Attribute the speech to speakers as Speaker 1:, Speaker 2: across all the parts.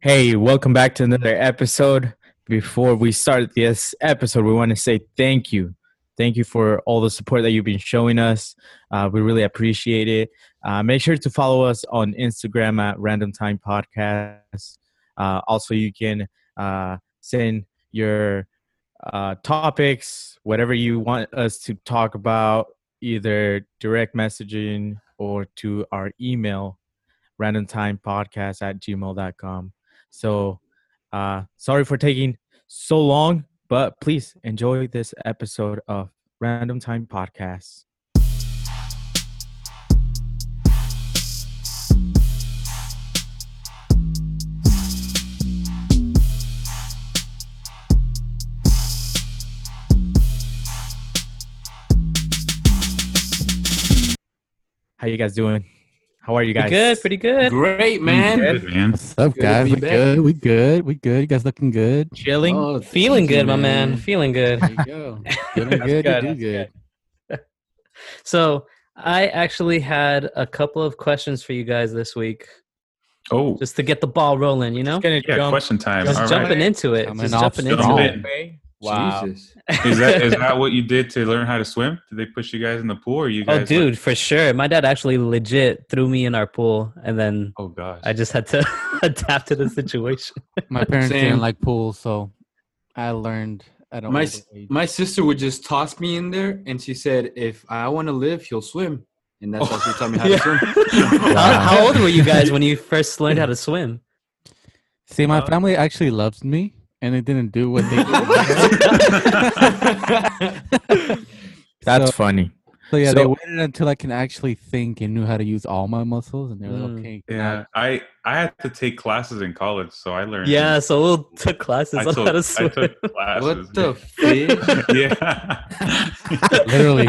Speaker 1: Hey, welcome back to another episode. Before we start this episode, we want to say thank you. Thank you for all the support that you've been showing us. Uh, we really appreciate it. Uh, make sure to follow us on Instagram at Random Time Podcast. Uh, also, you can uh, send your uh, topics, whatever you want us to talk about, either direct messaging or to our email, randomtimepodcast at gmail.com. So uh, sorry for taking so long, but please enjoy this episode of Random Time Podcast. How you guys doing? How are you guys?
Speaker 2: Pretty good, pretty good.
Speaker 3: Great, man.
Speaker 1: Good.
Speaker 4: man.
Speaker 5: What's up,
Speaker 3: Good to
Speaker 5: guys?
Speaker 3: be
Speaker 5: We
Speaker 3: back.
Speaker 5: good. We good. We good. You guys looking good.
Speaker 1: Chilling.
Speaker 3: Oh, thank
Speaker 2: Feeling
Speaker 3: you,
Speaker 2: good, my
Speaker 4: Mm.
Speaker 2: man. Feeling good.
Speaker 3: There you go.
Speaker 5: Feeling
Speaker 1: That's
Speaker 5: good. You
Speaker 1: good,
Speaker 5: do
Speaker 1: that's
Speaker 5: good.
Speaker 2: So I actually had a couple of questions for you guys this week,
Speaker 4: Oh,
Speaker 2: just to get the ball rolling. You know,
Speaker 1: Just gonna
Speaker 4: yeah.
Speaker 1: jump
Speaker 4: Question time.
Speaker 2: just
Speaker 4: All right.
Speaker 2: jumping into it.
Speaker 5: I'm
Speaker 2: Just
Speaker 5: an
Speaker 2: jumping
Speaker 4: off-
Speaker 2: into
Speaker 4: Jump
Speaker 2: it.
Speaker 4: in.
Speaker 1: Okay. Wow.
Speaker 3: Jesus.
Speaker 4: Is that is that what you did to learn how to swim? Did they push you guys in the pool? Or you guys?
Speaker 2: Oh, dude, for sure. My dad actually legit threw me in our pool, and then
Speaker 4: oh gosh.
Speaker 2: I just had to adapt to the situation.
Speaker 5: My parents
Speaker 3: Same.
Speaker 5: didn't like pools, so I learned I don't.
Speaker 3: My s- My sister would just toss me in there, and she said, "If I want to live, he'll swim." And that's how she taught me how
Speaker 4: Oh.
Speaker 3: to swim.
Speaker 2: How, how old were you guys when you first learned how to swim?
Speaker 5: See, my
Speaker 1: Uh,
Speaker 5: family actually loves me, and they didn't do what they. did.
Speaker 1: That's
Speaker 5: so,
Speaker 1: funny.
Speaker 5: so yeah, they
Speaker 1: so-
Speaker 5: waited until I can actually think and knew how to use all my muscles, and they were
Speaker 2: Mm.
Speaker 5: like, "Okay, now
Speaker 4: yeah, I I had to take classes in college, so I learned.
Speaker 2: Yeah, so we all took classes
Speaker 4: I
Speaker 2: on
Speaker 4: took,
Speaker 2: how to
Speaker 4: I
Speaker 2: swim.
Speaker 4: took classes.
Speaker 3: what the fish?
Speaker 4: yeah.
Speaker 5: literally,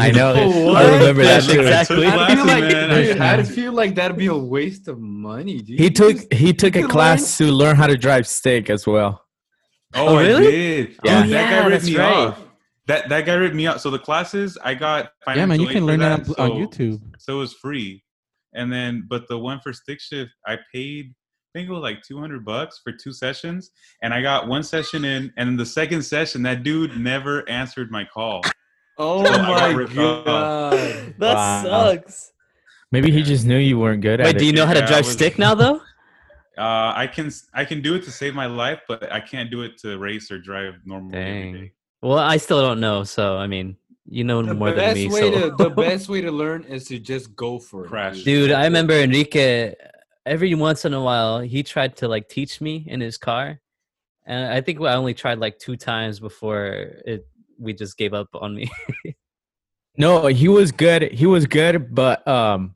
Speaker 1: I know.
Speaker 3: What?
Speaker 1: I remember that
Speaker 2: That's
Speaker 1: too.
Speaker 4: exact-
Speaker 2: exactly.
Speaker 4: I took
Speaker 3: I feel
Speaker 4: Classy,
Speaker 3: like,
Speaker 4: man.
Speaker 3: dude,
Speaker 5: I-
Speaker 3: I feel like that'd be a waste of money, dude.
Speaker 1: He
Speaker 3: You
Speaker 1: took
Speaker 3: just-
Speaker 1: he took a
Speaker 3: you
Speaker 1: class to learn how to drive stick as well.
Speaker 4: Oh,
Speaker 2: Oh, really?
Speaker 4: I did.
Speaker 1: Yeah.
Speaker 4: Oh, that
Speaker 2: Yeah,
Speaker 4: guy ripped
Speaker 2: that's
Speaker 4: me
Speaker 2: right.
Speaker 4: off. That that guy ripped me off. So the classes I got.
Speaker 5: yeah, man, you
Speaker 4: financial aid
Speaker 5: can
Speaker 4: for
Speaker 5: learn that on,
Speaker 4: so,
Speaker 5: on YouTube.
Speaker 4: so it was free. And then, but the one for stick shift, I paid. I think it was like two hundred bucks for two sessions, and I got one session in, and then the second session, that dude never answered my call.
Speaker 3: Oh
Speaker 4: I got
Speaker 3: my
Speaker 4: ripped off.
Speaker 3: god!
Speaker 2: That
Speaker 1: Wow.
Speaker 2: sucks.
Speaker 1: Maybe he just knew you weren't good at
Speaker 2: Wait, do
Speaker 1: it.
Speaker 2: you know how to
Speaker 4: Yeah, I
Speaker 2: drive
Speaker 4: was-
Speaker 2: stick now though?
Speaker 4: Uh, I can I can do it to save my life, but I can't do it to race or drive normally. every
Speaker 3: Dang.
Speaker 4: day.
Speaker 2: Well, I still don't know, so I mean, you know
Speaker 3: The
Speaker 2: more than
Speaker 3: best
Speaker 2: me.
Speaker 3: way
Speaker 2: So.
Speaker 3: to the best way to learn is to just go for it.
Speaker 4: Crash.
Speaker 2: Dude, I remember Enrique. Every once in a while, he tried to like teach me in his car, and I think I only tried like two times before it. We just gave up on me.
Speaker 1: No, he was good. He was good, but um,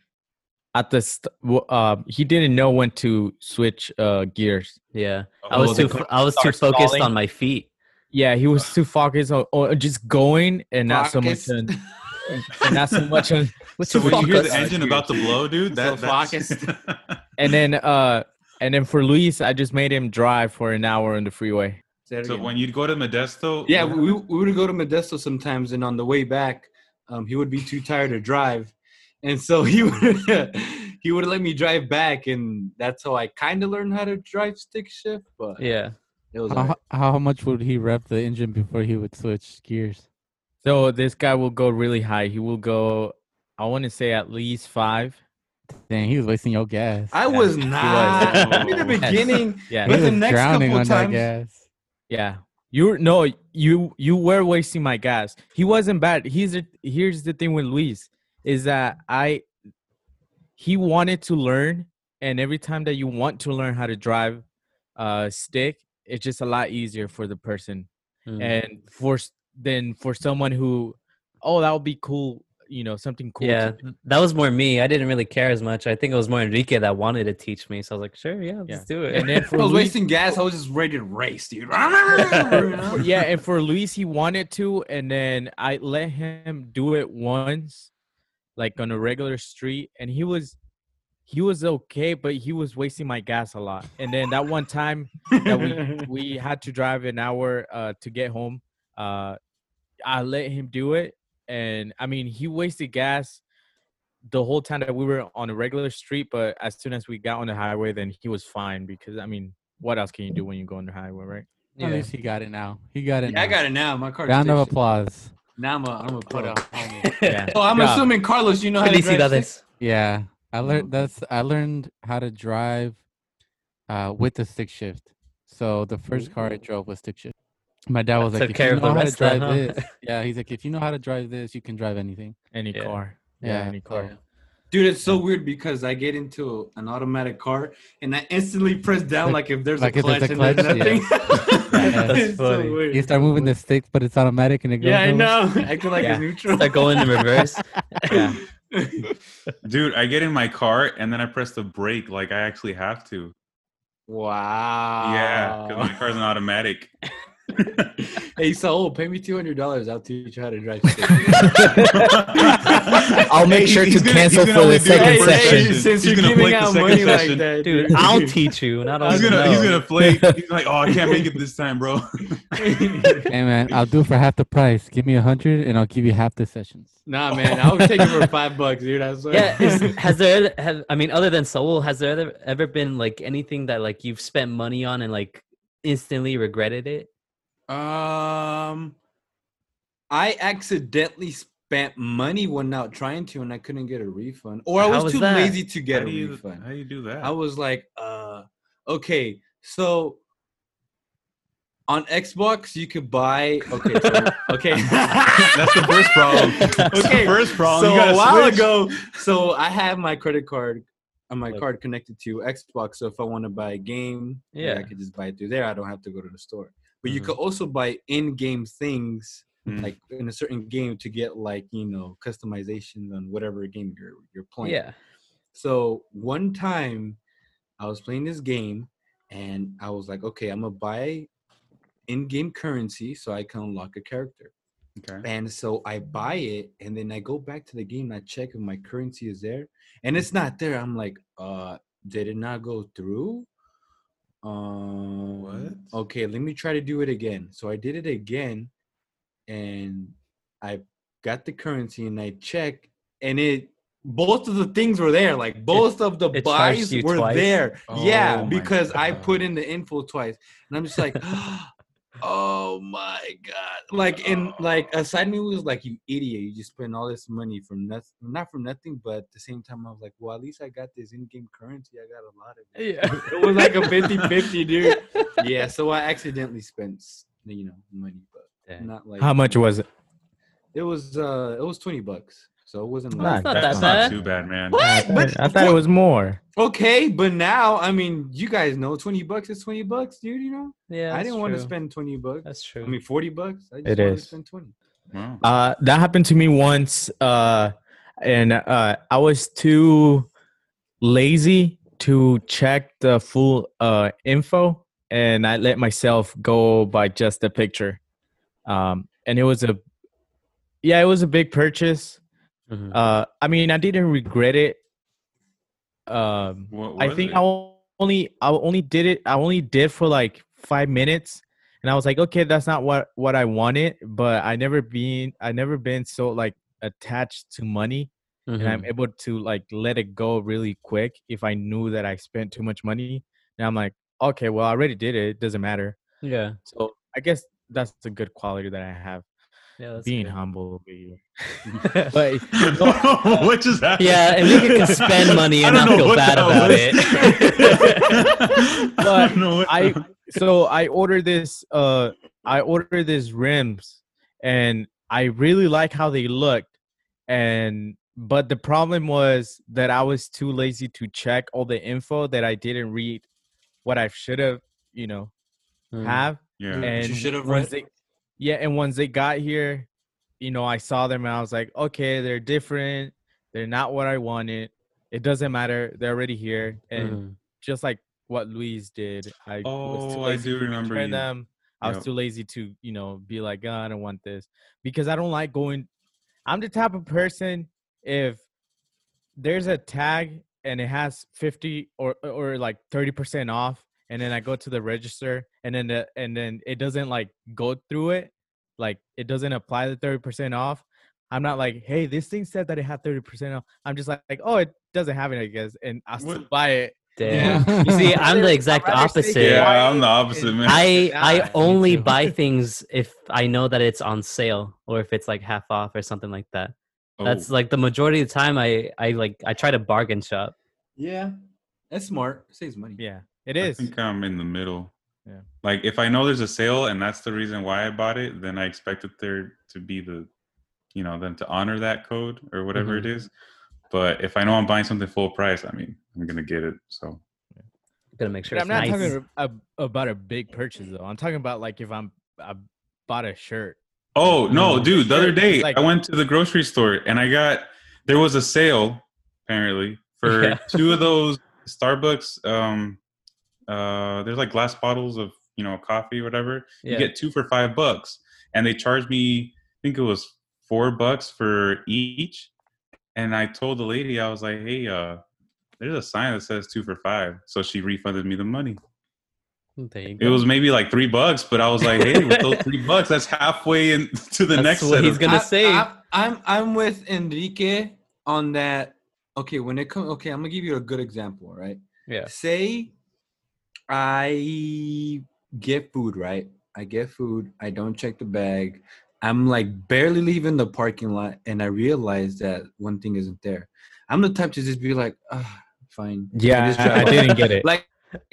Speaker 1: at the st- w- uh, he didn't know when to switch uh gears.
Speaker 2: yeah, I
Speaker 4: Oh,
Speaker 2: was
Speaker 4: the
Speaker 2: too.
Speaker 4: cl-
Speaker 2: fo- I was too
Speaker 1: starts
Speaker 2: focused
Speaker 1: falling.
Speaker 2: on my feet.
Speaker 1: Yeah, he was too focused on, on just going and not
Speaker 3: Focus.
Speaker 1: so much on and not so much on.
Speaker 4: so
Speaker 2: too
Speaker 4: when you hear the
Speaker 2: focused.
Speaker 4: engine about to blow, dude,
Speaker 3: So
Speaker 4: that, that's
Speaker 3: focused.
Speaker 1: And then uh, and then for Luis, I just made him drive for an hour on the freeway.
Speaker 3: Say it
Speaker 4: so
Speaker 3: again.
Speaker 4: when you'd go to Modesto,
Speaker 3: Yeah, we, we would go to Modesto sometimes, and on the way back, um, he would be too tired to drive, and so he would he would let me drive back, and that's how I kind of learned how to drive stick shift. But
Speaker 2: Yeah,
Speaker 3: it was
Speaker 5: How, how much would he rev the engine before he would switch gears?
Speaker 1: So this guy will go really high. He will go, I want to say at least five.
Speaker 5: Dang, he was wasting your gas.
Speaker 3: I
Speaker 1: Yeah,
Speaker 3: was
Speaker 1: he was.
Speaker 3: not in the
Speaker 1: Yes.
Speaker 3: beginning.
Speaker 1: Yeah,
Speaker 5: He
Speaker 3: But the
Speaker 5: was
Speaker 3: next
Speaker 5: drowning
Speaker 3: couple
Speaker 5: on that
Speaker 3: times-
Speaker 5: gas.
Speaker 1: Yeah. You were- no, you you were wasting my gas. He wasn't bad. He's the here's the thing with Luis is that I he wanted to learn and every time that you want to learn how to drive uh stick, it's just a lot easier for the person.
Speaker 2: Mm.
Speaker 1: And for s- then for someone who oh that would be cool, you know, something cool. to
Speaker 2: yeah,
Speaker 1: do.
Speaker 2: that was more me. I didn't really care as much. I think it was more Enrique that wanted to teach me. So I was like, sure, yeah, let's
Speaker 1: Yeah.
Speaker 2: do it.
Speaker 1: And then
Speaker 3: I
Speaker 1: for
Speaker 3: was
Speaker 1: Luis,
Speaker 3: wasting gas. I was just ready to race, dude.
Speaker 1: For- yeah, and for Luis, he wanted to, and then I let him do it once, like on a regular street, and he was, he was okay, but he was wasting my gas a lot. And then that one time that we we had to drive an hour uh, to get home, uh, I let him do it, and I mean he wasted gas the whole time that we were on a regular street, but as soon as we got on the highway, then he was fine because I mean what else can you do when you go under highway, right?
Speaker 3: Yeah.
Speaker 5: At least he got it now. He got it.
Speaker 3: Yeah, I got it now. My car.
Speaker 5: Round of applause.
Speaker 3: Now I'm a, I'm a
Speaker 5: What
Speaker 3: pro.
Speaker 5: a homie.
Speaker 1: Yeah.
Speaker 3: Oh, I'm
Speaker 1: Yeah.
Speaker 3: assuming Carlos, you know how to drive. stick?
Speaker 2: Felicidades.
Speaker 5: Yeah, I
Speaker 2: Mm-hmm.
Speaker 5: learned that's I learned how to drive uh, with the stick shift. So the first car I drove was stick shift. My dad
Speaker 2: That
Speaker 5: was like,
Speaker 2: took
Speaker 5: "If
Speaker 2: care
Speaker 5: you
Speaker 2: of the
Speaker 5: know how to
Speaker 2: rest then,
Speaker 5: drive
Speaker 2: huh?"
Speaker 5: this, yeah." He's like, "If you know how to drive this, you can drive anything."
Speaker 1: Any
Speaker 2: Yeah.
Speaker 1: car.
Speaker 5: Yeah,
Speaker 1: any car.
Speaker 5: so-
Speaker 3: Dude, it's so weird because I get into an automatic car and I instantly press down like if there's
Speaker 5: Like
Speaker 3: a
Speaker 5: if
Speaker 3: clutch
Speaker 5: there's a
Speaker 3: and there's
Speaker 5: clutch, yeah.
Speaker 3: nothing.
Speaker 5: that's
Speaker 3: It's so
Speaker 2: funny.
Speaker 3: weird.
Speaker 5: You start moving the sticks, but it's automatic and it goes.
Speaker 3: Yeah, I
Speaker 5: nowhere.
Speaker 3: know. Acting like
Speaker 1: Yeah.
Speaker 3: it's neutral.
Speaker 2: Start going in reverse.
Speaker 1: Yeah.
Speaker 4: Dude, I get in my car and then I press the brake like I actually have to.
Speaker 3: wow.
Speaker 4: Yeah,
Speaker 2: Ah.
Speaker 4: because my car's an automatic.
Speaker 3: Hey, Saul, pay me two hundred dollars. I'll teach you how to drive. stick.
Speaker 1: I'll make sure to cancel for the second
Speaker 3: hey,
Speaker 1: session.
Speaker 3: Hey, since you're giving out money like that,
Speaker 2: Dude, I'll teach you. Not
Speaker 4: He's
Speaker 2: always
Speaker 4: gonna,
Speaker 2: know.
Speaker 4: he's gonna flake. He's like, oh, I can't make it this time, bro.
Speaker 5: Hey man, I'll do it for half the price. Give me a hundred, and I'll give you half the sessions.
Speaker 3: nah, man, I'll take it for five bucks, dude. I swear.
Speaker 2: yeah is, has there have i mean other than soul has there ever, ever been like anything that like you've spent money on and like instantly regretted it
Speaker 3: Um, I accidentally spent money when out trying to, and I couldn't get a refund, or I
Speaker 2: How
Speaker 3: was,
Speaker 2: was
Speaker 3: too
Speaker 2: that?
Speaker 3: lazy to get
Speaker 4: how,
Speaker 3: a
Speaker 4: do you,
Speaker 3: refund.
Speaker 4: how do you do that?
Speaker 3: I was like, uh, okay, so on Xbox you could buy. Okay, so, okay.
Speaker 4: That's the first problem. That's
Speaker 3: Okay,
Speaker 4: the first problem.
Speaker 3: So
Speaker 4: you gotta
Speaker 3: a while
Speaker 4: switch.
Speaker 3: ago, so I have my credit card, uh, my
Speaker 2: Okay.
Speaker 3: card connected to Xbox. So if I want to buy a game, yeah, I
Speaker 2: Yeah.
Speaker 3: could just buy it through there. I don't have to go to the store. But you could also buy in-game things,
Speaker 4: Mm.
Speaker 3: like in a certain game, to get like you know customizations on whatever game you're you're playing.
Speaker 2: yeah
Speaker 3: So one time, I was playing this game, and I was like, okay, I'm gonna buy in-game currency so I can unlock a character.
Speaker 4: Okay.
Speaker 3: And so I buy
Speaker 2: Mm-hmm.
Speaker 3: it, and then I go back to the game. And I check if my currency is there, and
Speaker 2: Mm-hmm.
Speaker 3: it's not there. I'm like, uh, did it not go through? Um, Okay, let me try to do it again. So I did it again, and I got the currency, and I check, and it both of the things were there. Like both of the
Speaker 2: it charged
Speaker 3: buys
Speaker 2: you
Speaker 3: were
Speaker 2: twice?
Speaker 3: there. yeah,
Speaker 4: Oh my
Speaker 3: because I put
Speaker 4: God.
Speaker 3: in the info twice, and I'm just like. Oh my god! Like in like a side of me was like, "You idiot! You just spent all this money from nothing, not from nothing." But at the same time, I was like, "Well, at least I got this in-game currency. I got a lot of it."
Speaker 2: yeah
Speaker 3: It was like a 50-50, dude. yeah, so I accidentally spent, you know, money, but not like
Speaker 1: How much was it?
Speaker 3: It was uh, it was twenty bucks, so it wasn't
Speaker 1: Not
Speaker 3: like
Speaker 1: that
Speaker 2: That's
Speaker 4: That's not
Speaker 2: bad.
Speaker 4: too bad, man.
Speaker 1: I thought- Uh, I thought it was more.
Speaker 3: okay. But now, I mean, you guys know, twenty bucks is twenty bucks, dude. You know,
Speaker 2: yeah
Speaker 3: I
Speaker 2: that's
Speaker 3: didn't want to
Speaker 2: true.
Speaker 3: spend twenty bucks.
Speaker 2: that's true
Speaker 3: I mean, forty bucks. I
Speaker 1: It
Speaker 3: just wanted
Speaker 1: is.
Speaker 3: to spend twenty.
Speaker 4: Wow.
Speaker 1: Uh, that happened to me once, uh, and uh, I was too lazy to check the full uh, info, and I let myself go by just a picture. Um, and it was a, yeah, it was a big purchase.
Speaker 2: Mhm.
Speaker 1: Uh, I mean, I didn't regret it. Um,
Speaker 4: What
Speaker 1: I
Speaker 4: was
Speaker 1: think
Speaker 4: it?
Speaker 1: I only I only did it I only did for like five minutes and I was like, okay, that's not what what I wanted, but I never been I never been so like attached to money
Speaker 2: Mm-hmm.
Speaker 1: and I'm able to like let it go really quick if I knew that I spent too much money. And I'm like, okay, well I already did it. It doesn't matter.
Speaker 2: yeah
Speaker 1: So I guess that's a good quality that I have.
Speaker 2: yeah that's
Speaker 1: being
Speaker 2: good. Mm-hmm.
Speaker 1: humble. baby.
Speaker 2: but
Speaker 1: But
Speaker 4: what just happened?
Speaker 2: yeah and Lincoln can spend money
Speaker 4: I
Speaker 2: and
Speaker 4: don't
Speaker 2: not
Speaker 4: know
Speaker 2: feel
Speaker 4: what
Speaker 2: bad
Speaker 4: that
Speaker 2: about
Speaker 4: was.
Speaker 2: it
Speaker 4: I
Speaker 1: But
Speaker 4: don't know what
Speaker 1: I
Speaker 4: the-
Speaker 1: so I ordered this uh I ordered this rims and I really like how they looked and but the problem was that I was too lazy to check all the info that I didn't read what I should have, you know, have.
Speaker 4: yeah.
Speaker 1: And
Speaker 3: Mm. you should have
Speaker 1: once
Speaker 3: read.
Speaker 1: they- yeah, and once they got here, you know, I saw them and I was like, okay, they're different. They're not what I wanted. It doesn't matter. They're already here. And
Speaker 2: Mhm.
Speaker 1: just like what Luis did. I was too
Speaker 4: Oh, I
Speaker 1: lazy
Speaker 4: do
Speaker 1: to
Speaker 4: remember
Speaker 1: return
Speaker 4: you.
Speaker 1: them. I was
Speaker 4: Yep.
Speaker 1: too lazy to, you know, be like, oh, I don't want this because I don't like going. I'm the type of person if there's a tag and it has 50 or or like 30% off and then I go to the register and then the, and then it doesn't like go through it, like it doesn't apply the 30% off. I'm not like, hey, this thing said that it had 30% off. I'm just like, like, oh, it doesn't have it, I guess, and I still
Speaker 4: What-
Speaker 1: buy it
Speaker 2: Damn. You see, I'm the exact
Speaker 3: I'd rather stay
Speaker 2: opposite.
Speaker 3: Yeah.
Speaker 4: Yeah, I'm the opposite, man.
Speaker 2: I
Speaker 3: Yeah,
Speaker 2: I
Speaker 5: me
Speaker 2: only
Speaker 5: too.
Speaker 2: buy things if I know that it's on sale or if it's like half off or something like that.
Speaker 4: Oh,
Speaker 2: That's like the majority of the time I I like I try to bargain shop.
Speaker 3: Yeah, that's smart. Saves money.
Speaker 1: Yeah, it
Speaker 4: I
Speaker 1: is.
Speaker 4: think I'm in the middle.
Speaker 1: Yeah.
Speaker 4: Like if I know there's a sale and that's the reason why I bought it, then I expect it there to be the, you know, them to honor that code or whatever
Speaker 1: Mm-hmm.
Speaker 4: it is. But if I know I'm buying something full price, I mean, I'm gonna get it. So
Speaker 2: I'm gonna make sure
Speaker 1: But
Speaker 2: it's
Speaker 1: I'm not
Speaker 2: nice.
Speaker 1: talking ab- about a big purchase though. I'm talking about like if I'm I bought a shirt.
Speaker 4: Oh no,
Speaker 1: Mm.
Speaker 4: dude! The other
Speaker 1: Sure,
Speaker 4: day
Speaker 1: it's like-
Speaker 4: I went to the grocery store and I got there was a sale apparently for
Speaker 2: Yeah.
Speaker 4: two of those Starbucks. Um, uh, there's like glass bottles of you know coffee, whatever.
Speaker 2: yeah.
Speaker 4: You get two for five bucks, and they charged me. I think it was four bucks for each. And I told the lady, I was like, "Hey, uh, there's a sign that says two for five. So she refunded me the money.
Speaker 2: Mm, there you
Speaker 4: It
Speaker 2: go.
Speaker 4: was maybe like three bucks, but I was like, "Hey, with those three bucks, that's halfway in to the
Speaker 2: That's
Speaker 4: next
Speaker 2: what
Speaker 4: set
Speaker 2: he's
Speaker 4: of
Speaker 2: gonna
Speaker 3: I-
Speaker 2: say.
Speaker 3: I, am I'm with Enrique on that. Okay, when it comes, okay, I'm gonna give you a good example, right?
Speaker 2: yeah.
Speaker 3: Say, I get food, right? I get food. I don't check the bag. I'm like barely leaving the parking lot, and I realize that one thing isn't there. I'm the type to just be like, ah, fine.
Speaker 1: Yeah,
Speaker 3: Just drive
Speaker 1: I, I
Speaker 3: off."
Speaker 1: didn't get it.
Speaker 3: Like,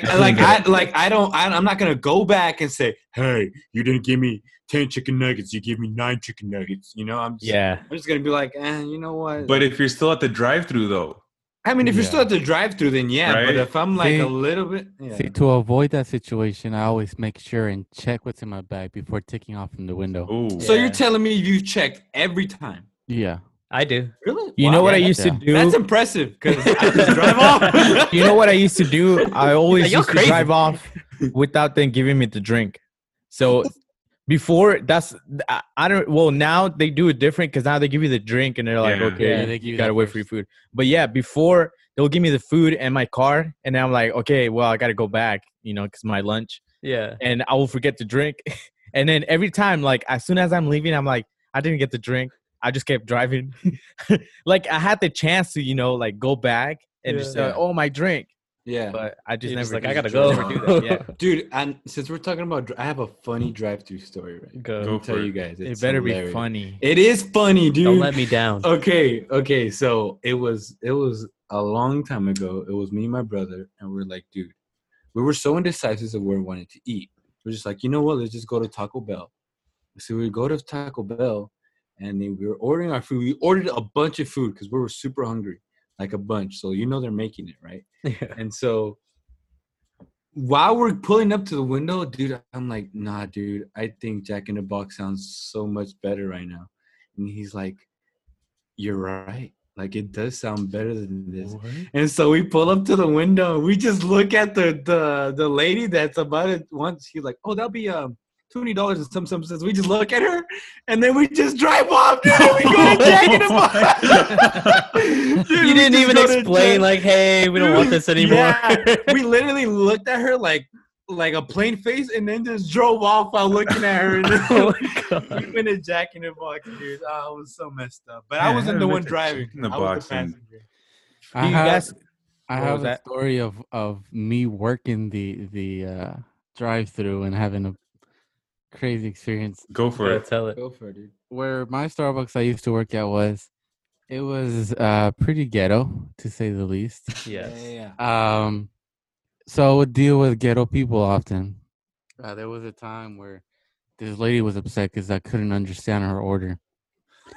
Speaker 1: I
Speaker 3: like
Speaker 1: didn't
Speaker 3: I like I don't I, I'm not gonna go back and say, hey, you didn't give me ten chicken nuggets. You gave me nine chicken nuggets. You know, I'm just,
Speaker 1: yeah,
Speaker 3: I'm just gonna be like, eh, you know what?
Speaker 4: But if you're still at the drive-through though,
Speaker 3: I mean, if you're still
Speaker 5: Yeah.
Speaker 3: at the drive-through, then yeah. But
Speaker 4: Right.
Speaker 3: if I'm like
Speaker 5: See-
Speaker 3: a little bit, yeah.
Speaker 5: See, to avoid that situation, I always make sure and check what's in my bag before taking off from the window.
Speaker 4: oh,
Speaker 3: so
Speaker 2: Yeah.
Speaker 3: you're telling me you checked every time?
Speaker 5: Yeah.
Speaker 2: I do.
Speaker 3: Really?
Speaker 1: you
Speaker 3: Wow.
Speaker 1: know what I
Speaker 3: Yeah,
Speaker 1: used to
Speaker 5: Yeah.
Speaker 1: do.
Speaker 3: That's impressive because I just drive off.
Speaker 1: you know what I used to do? I always
Speaker 2: Like, "You're
Speaker 1: used to
Speaker 2: crazy."
Speaker 1: drive off without them giving me the drink. So before that's I, I don't well now they do it different because now they give you the drink and they're like
Speaker 4: Yeah.
Speaker 1: okay
Speaker 5: Yeah, they give
Speaker 1: you,
Speaker 5: you
Speaker 1: gotta
Speaker 5: that
Speaker 1: wait for your food but yeah before they'll give me the food and my card and I'm like okay well I gotta go back you know because my lunch
Speaker 2: Yeah.
Speaker 1: and I will forget to drink and then every time like as soon as I'm leaving I'm like I didn't get the drink I just kept driving like I had the chance to you know like go back and just say
Speaker 2: Yeah.
Speaker 1: oh my drink
Speaker 3: yeah,
Speaker 1: but I just
Speaker 2: You're
Speaker 1: never
Speaker 2: just like
Speaker 1: did
Speaker 2: I gotta
Speaker 1: it.
Speaker 2: go.
Speaker 1: Never do that. Yeah.
Speaker 3: dude. And since we're talking about, dr- I have a funny drive-through story. Right?
Speaker 2: Go.
Speaker 4: Go
Speaker 3: I'll tell
Speaker 4: for it.
Speaker 3: you guys.
Speaker 1: it
Speaker 3: it's
Speaker 1: better be
Speaker 3: hilarious.
Speaker 1: funny.
Speaker 3: It is funny, dude.
Speaker 2: Don't let me down.
Speaker 3: Oh, okay okay so it was it was a long time ago it was me and my brother and we are like dude we were so indecisive of where we wanted to eat we're just like you know what let's just go to taco bell so we go to taco bell and then we were ordering our food we ordered a bunch of food because we were super hungry like a bunch so you know they're making it right
Speaker 2: Yeah.
Speaker 3: and so while we're pulling up to the window, dude, I'm like, nah, dude, I think Jack in the Box sounds so much better right now. And he's like, you're right. Like, it does sound better than this. And so we pull up to the window. and We just look at the the, the lady that's about it. Once she's like, "Oh, that'll be um twenty dollars and some some cents." We just look at her, and then we just drive off. Dude, and we go to Jack in the Box. Dude,
Speaker 2: You
Speaker 3: we
Speaker 2: didn't
Speaker 3: just
Speaker 2: even
Speaker 3: go to
Speaker 2: explain
Speaker 3: Jack-
Speaker 2: like, hey, we don't want this anymore.
Speaker 3: yeah, we literally looked at her like like a plain face and then just drove off while looking at her.
Speaker 2: oh
Speaker 3: And
Speaker 2: my god.
Speaker 3: we went to Jack in the Box, dude. Oh, I was so messed up. But
Speaker 4: Yeah,
Speaker 3: I
Speaker 4: I
Speaker 3: wasn't the
Speaker 4: haven't
Speaker 3: one
Speaker 4: been to
Speaker 3: driving.
Speaker 4: Jack in the
Speaker 3: I was
Speaker 4: Box in-
Speaker 3: passenger.
Speaker 5: I
Speaker 1: you
Speaker 5: have,
Speaker 1: guys- what
Speaker 5: I
Speaker 1: was
Speaker 5: have a
Speaker 1: that?
Speaker 5: story of, of me working the, the uh, drive through and having a crazy experience
Speaker 4: go for
Speaker 2: Go
Speaker 4: it.
Speaker 2: tell it.
Speaker 3: Go for it, dude.
Speaker 5: where my Starbucks I used to work at was, it was uh, pretty ghetto to say the least.
Speaker 2: Yes.
Speaker 3: Yeah, yeah, yeah.
Speaker 5: Um, so I would deal with ghetto people often. Uh, there was a time where this lady was upset because I couldn't understand her order.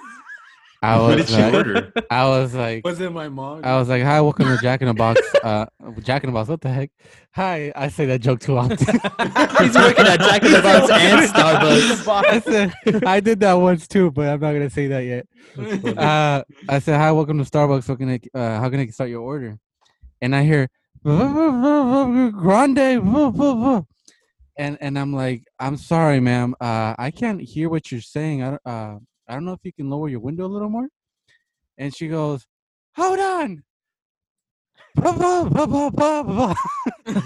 Speaker 5: I
Speaker 4: What did
Speaker 5: was
Speaker 4: she
Speaker 5: like,
Speaker 4: order?
Speaker 5: I was like,
Speaker 3: Was it my mom?
Speaker 5: I was like, hi, welcome to Jack in the Box. Uh, Jack in the Box, what the heck? Hi, I say that joke too often.
Speaker 2: He's working at Jack in the Box and Starbucks.
Speaker 5: I, said, I did that once too, but I'm not gonna say that yet. Uh, I said, hi, welcome to Starbucks. What can I, uh, how can I start your order? And I hear grande, and and I'm like, I'm sorry, ma'am. Uh, I can't hear what you're saying. I don't, uh, I don't know if you can lower your window a little more. And she goes, hold on.
Speaker 3: Still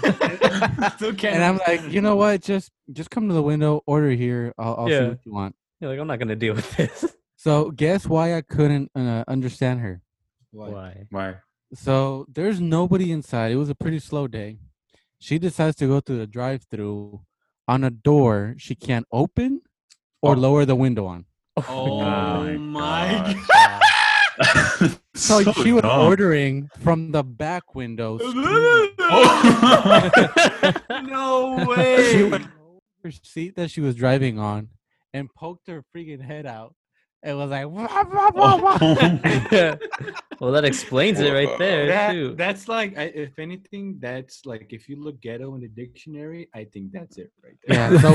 Speaker 3: can't.
Speaker 5: and I'm like, you know what? Just just come to the window, order here. I'll, I'll see
Speaker 2: Yeah.
Speaker 5: what you want.
Speaker 2: You're like, I'm not gonna deal with this.
Speaker 5: So guess why I couldn't uh, understand her.
Speaker 3: Why?
Speaker 2: Why?
Speaker 4: Why?
Speaker 5: So there's nobody inside. It was a pretty slow day. She decides to go through the drive-through on a door she can't open or
Speaker 4: Oh.
Speaker 5: lower the window on.
Speaker 3: Oh
Speaker 4: my
Speaker 3: my
Speaker 4: God.
Speaker 5: So, she was
Speaker 4: dumb.
Speaker 5: ordering from the back window.
Speaker 4: Oh.
Speaker 3: no
Speaker 5: she
Speaker 3: way.
Speaker 5: went her seat that she was driving on and poked her freaking head out and was like, "Wah, wah, wah, wah."
Speaker 4: Oh,
Speaker 2: well, that explains it right there too.
Speaker 3: That, that's like, I, if anything, that's like if you look ghetto in the dictionary, I think that's it right there.
Speaker 5: Yeah, so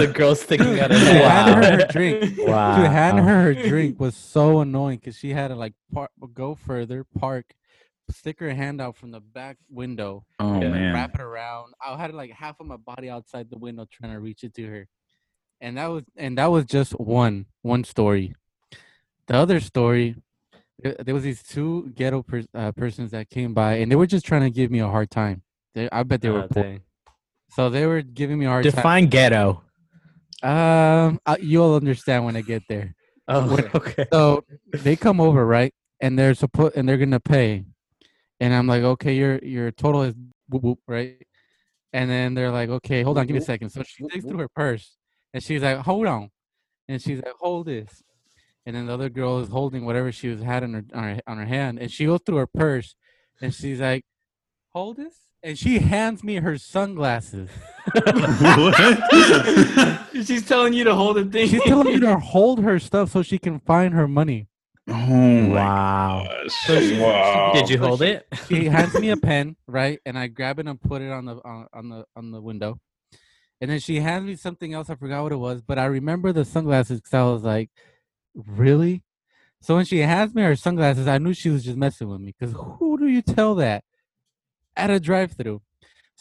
Speaker 2: the girl sticking out of
Speaker 5: to
Speaker 2: her.
Speaker 5: hand her her
Speaker 2: Wow.
Speaker 5: drink,
Speaker 1: Wow.
Speaker 5: to hand her her drink was so annoying because she had to like par- go further, park, stick her hand out from the back window,
Speaker 4: oh
Speaker 2: Yeah.
Speaker 4: man.
Speaker 5: wrap it around. I had like half of my body outside the window trying to reach it to her, and that was and that was just one one story. The other story, th- there was these two ghetto pers- uh, persons that came by, and they were just trying to give me a hard time. They, I bet they
Speaker 2: Oh,
Speaker 5: were poor.
Speaker 2: dang.
Speaker 5: so they were giving me a hard
Speaker 1: Define ghetto.
Speaker 5: time. Um, I, you'll understand when I get there.
Speaker 2: Oh,
Speaker 5: Wait.
Speaker 2: okay.
Speaker 5: So they come over, right? And they're supposed and they're gonna pay, and I'm like, okay, your your total is whoop, whoop, right? And then they're like, okay, hold on, give me a second. So she digs through her purse, and she's like, hold on, and she's like, hold this, and then the other girl is holding whatever she was had on her on her, on her hand, and she goes through her purse, and she's like, hold this, and she hands me her sunglasses.
Speaker 4: what?
Speaker 3: She's telling you to hold the thing.
Speaker 5: She's telling me to hold her stuff so she can find her money.
Speaker 4: Oh my
Speaker 1: wow.
Speaker 4: gosh.
Speaker 5: So she-
Speaker 4: wow.
Speaker 2: Did you
Speaker 5: So
Speaker 2: hold
Speaker 5: she-
Speaker 2: it?
Speaker 5: she hands me a pen, right? And I grab it and put it on the on, on the on the window. And then she hands me something else. I forgot what it was, but I remember the sunglasses because I was like, "Really?" So when she hands me her sunglasses, I knew she was just messing with me. Because who do you tell that at a drive-through?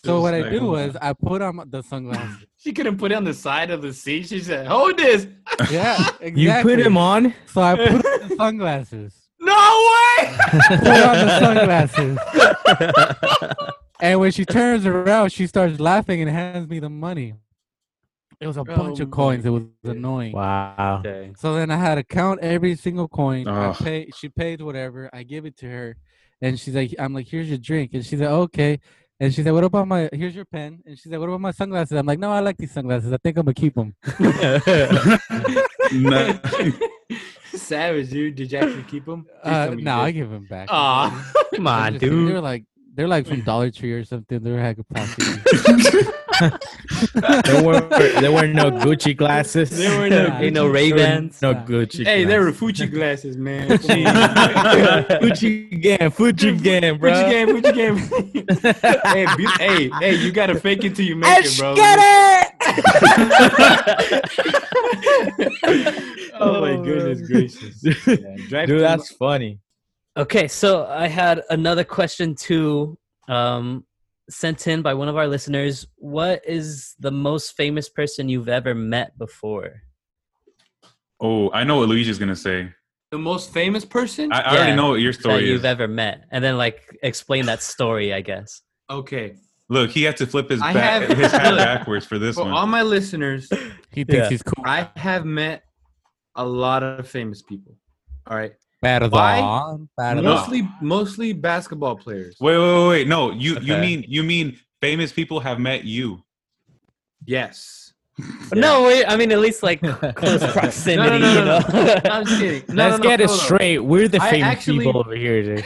Speaker 5: So
Speaker 4: Just
Speaker 5: what I
Speaker 4: like-
Speaker 5: did was I put on the sunglasses.
Speaker 3: She couldn't put it on the side of the seat. She said, "Hold this."
Speaker 5: yeah, exactly.
Speaker 1: You put him on?
Speaker 5: So I put on the sunglasses.
Speaker 3: No way.
Speaker 5: Put on the sunglasses. And when she turns around, she starts laughing and hands me the money. It was a bunch of
Speaker 3: my
Speaker 5: coins. It was annoying.
Speaker 1: Wow.
Speaker 2: Dang.
Speaker 5: So then I had to count every single coin.
Speaker 4: Ugh.
Speaker 5: I pay, she paid whatever. I give it to her. And she's like, I'm like, here's your drink. And she's like, okay. And she's like, what about my, here's your pen. And she's like, what about my sunglasses? I'm like, no, I like these sunglasses. I think I'm going to keep them.
Speaker 4: No.
Speaker 3: Savage, dude. Did you actually keep them?
Speaker 5: Uh, no, I give them back.
Speaker 3: Aw.
Speaker 2: Come
Speaker 5: They're
Speaker 2: on,
Speaker 5: just- They're
Speaker 2: dude.
Speaker 5: like, they're like from Dollar Tree or something. They're heck of plastic.
Speaker 1: There were there were no Gucci glasses.
Speaker 3: They were no
Speaker 5: Ain't
Speaker 2: Ain't no Ray Bans.
Speaker 1: No Gucci.
Speaker 3: Hey, they were
Speaker 1: glasses.
Speaker 3: Fuchi glasses, man. Jeez.
Speaker 1: Gucci gang, Gucci gang, bro.
Speaker 3: Fuchi game, Fuchi game. hey, be- hey, hey, you gotta fake it till you make it, bro. oh my goodness gracious. Yeah,
Speaker 1: Dude,
Speaker 3: drive through
Speaker 1: that's funny.
Speaker 2: Okay, so I had another question too, um, sent in by one of our listeners. What is the most famous person you've ever met before?
Speaker 4: oh, I know what Luigi's gonna say.
Speaker 3: the most famous person?
Speaker 4: I, I already
Speaker 2: Yeah,
Speaker 4: know what your
Speaker 2: that
Speaker 4: story
Speaker 2: you've
Speaker 4: is.
Speaker 2: ever met, and then like explain that story, I guess.
Speaker 3: okay.
Speaker 4: Look, he had to flip his
Speaker 3: I
Speaker 4: back,
Speaker 3: have-
Speaker 4: his hat
Speaker 3: Look.
Speaker 4: backwards for this
Speaker 3: For
Speaker 4: one.
Speaker 3: all my listeners,
Speaker 5: he thinks
Speaker 2: Yeah.
Speaker 5: he's cool.
Speaker 3: I have met a lot of famous people. All right.
Speaker 5: Battle
Speaker 3: Why?
Speaker 5: on, battle on.
Speaker 3: Mostly mostly basketball players.
Speaker 4: Wait, wait, wait, wait. No, you you
Speaker 2: Okay.
Speaker 4: mean you mean famous people have met you.
Speaker 3: Yes.
Speaker 2: No, wait, I mean at least like close proximity.
Speaker 3: No, no, no,
Speaker 2: you
Speaker 3: no,
Speaker 2: know?
Speaker 3: I'm just kidding. No,
Speaker 1: Let's
Speaker 3: no, no,
Speaker 1: get it
Speaker 3: hold on.
Speaker 1: straight. We're the
Speaker 3: I
Speaker 1: famous
Speaker 3: actually-
Speaker 1: people over here. Dude.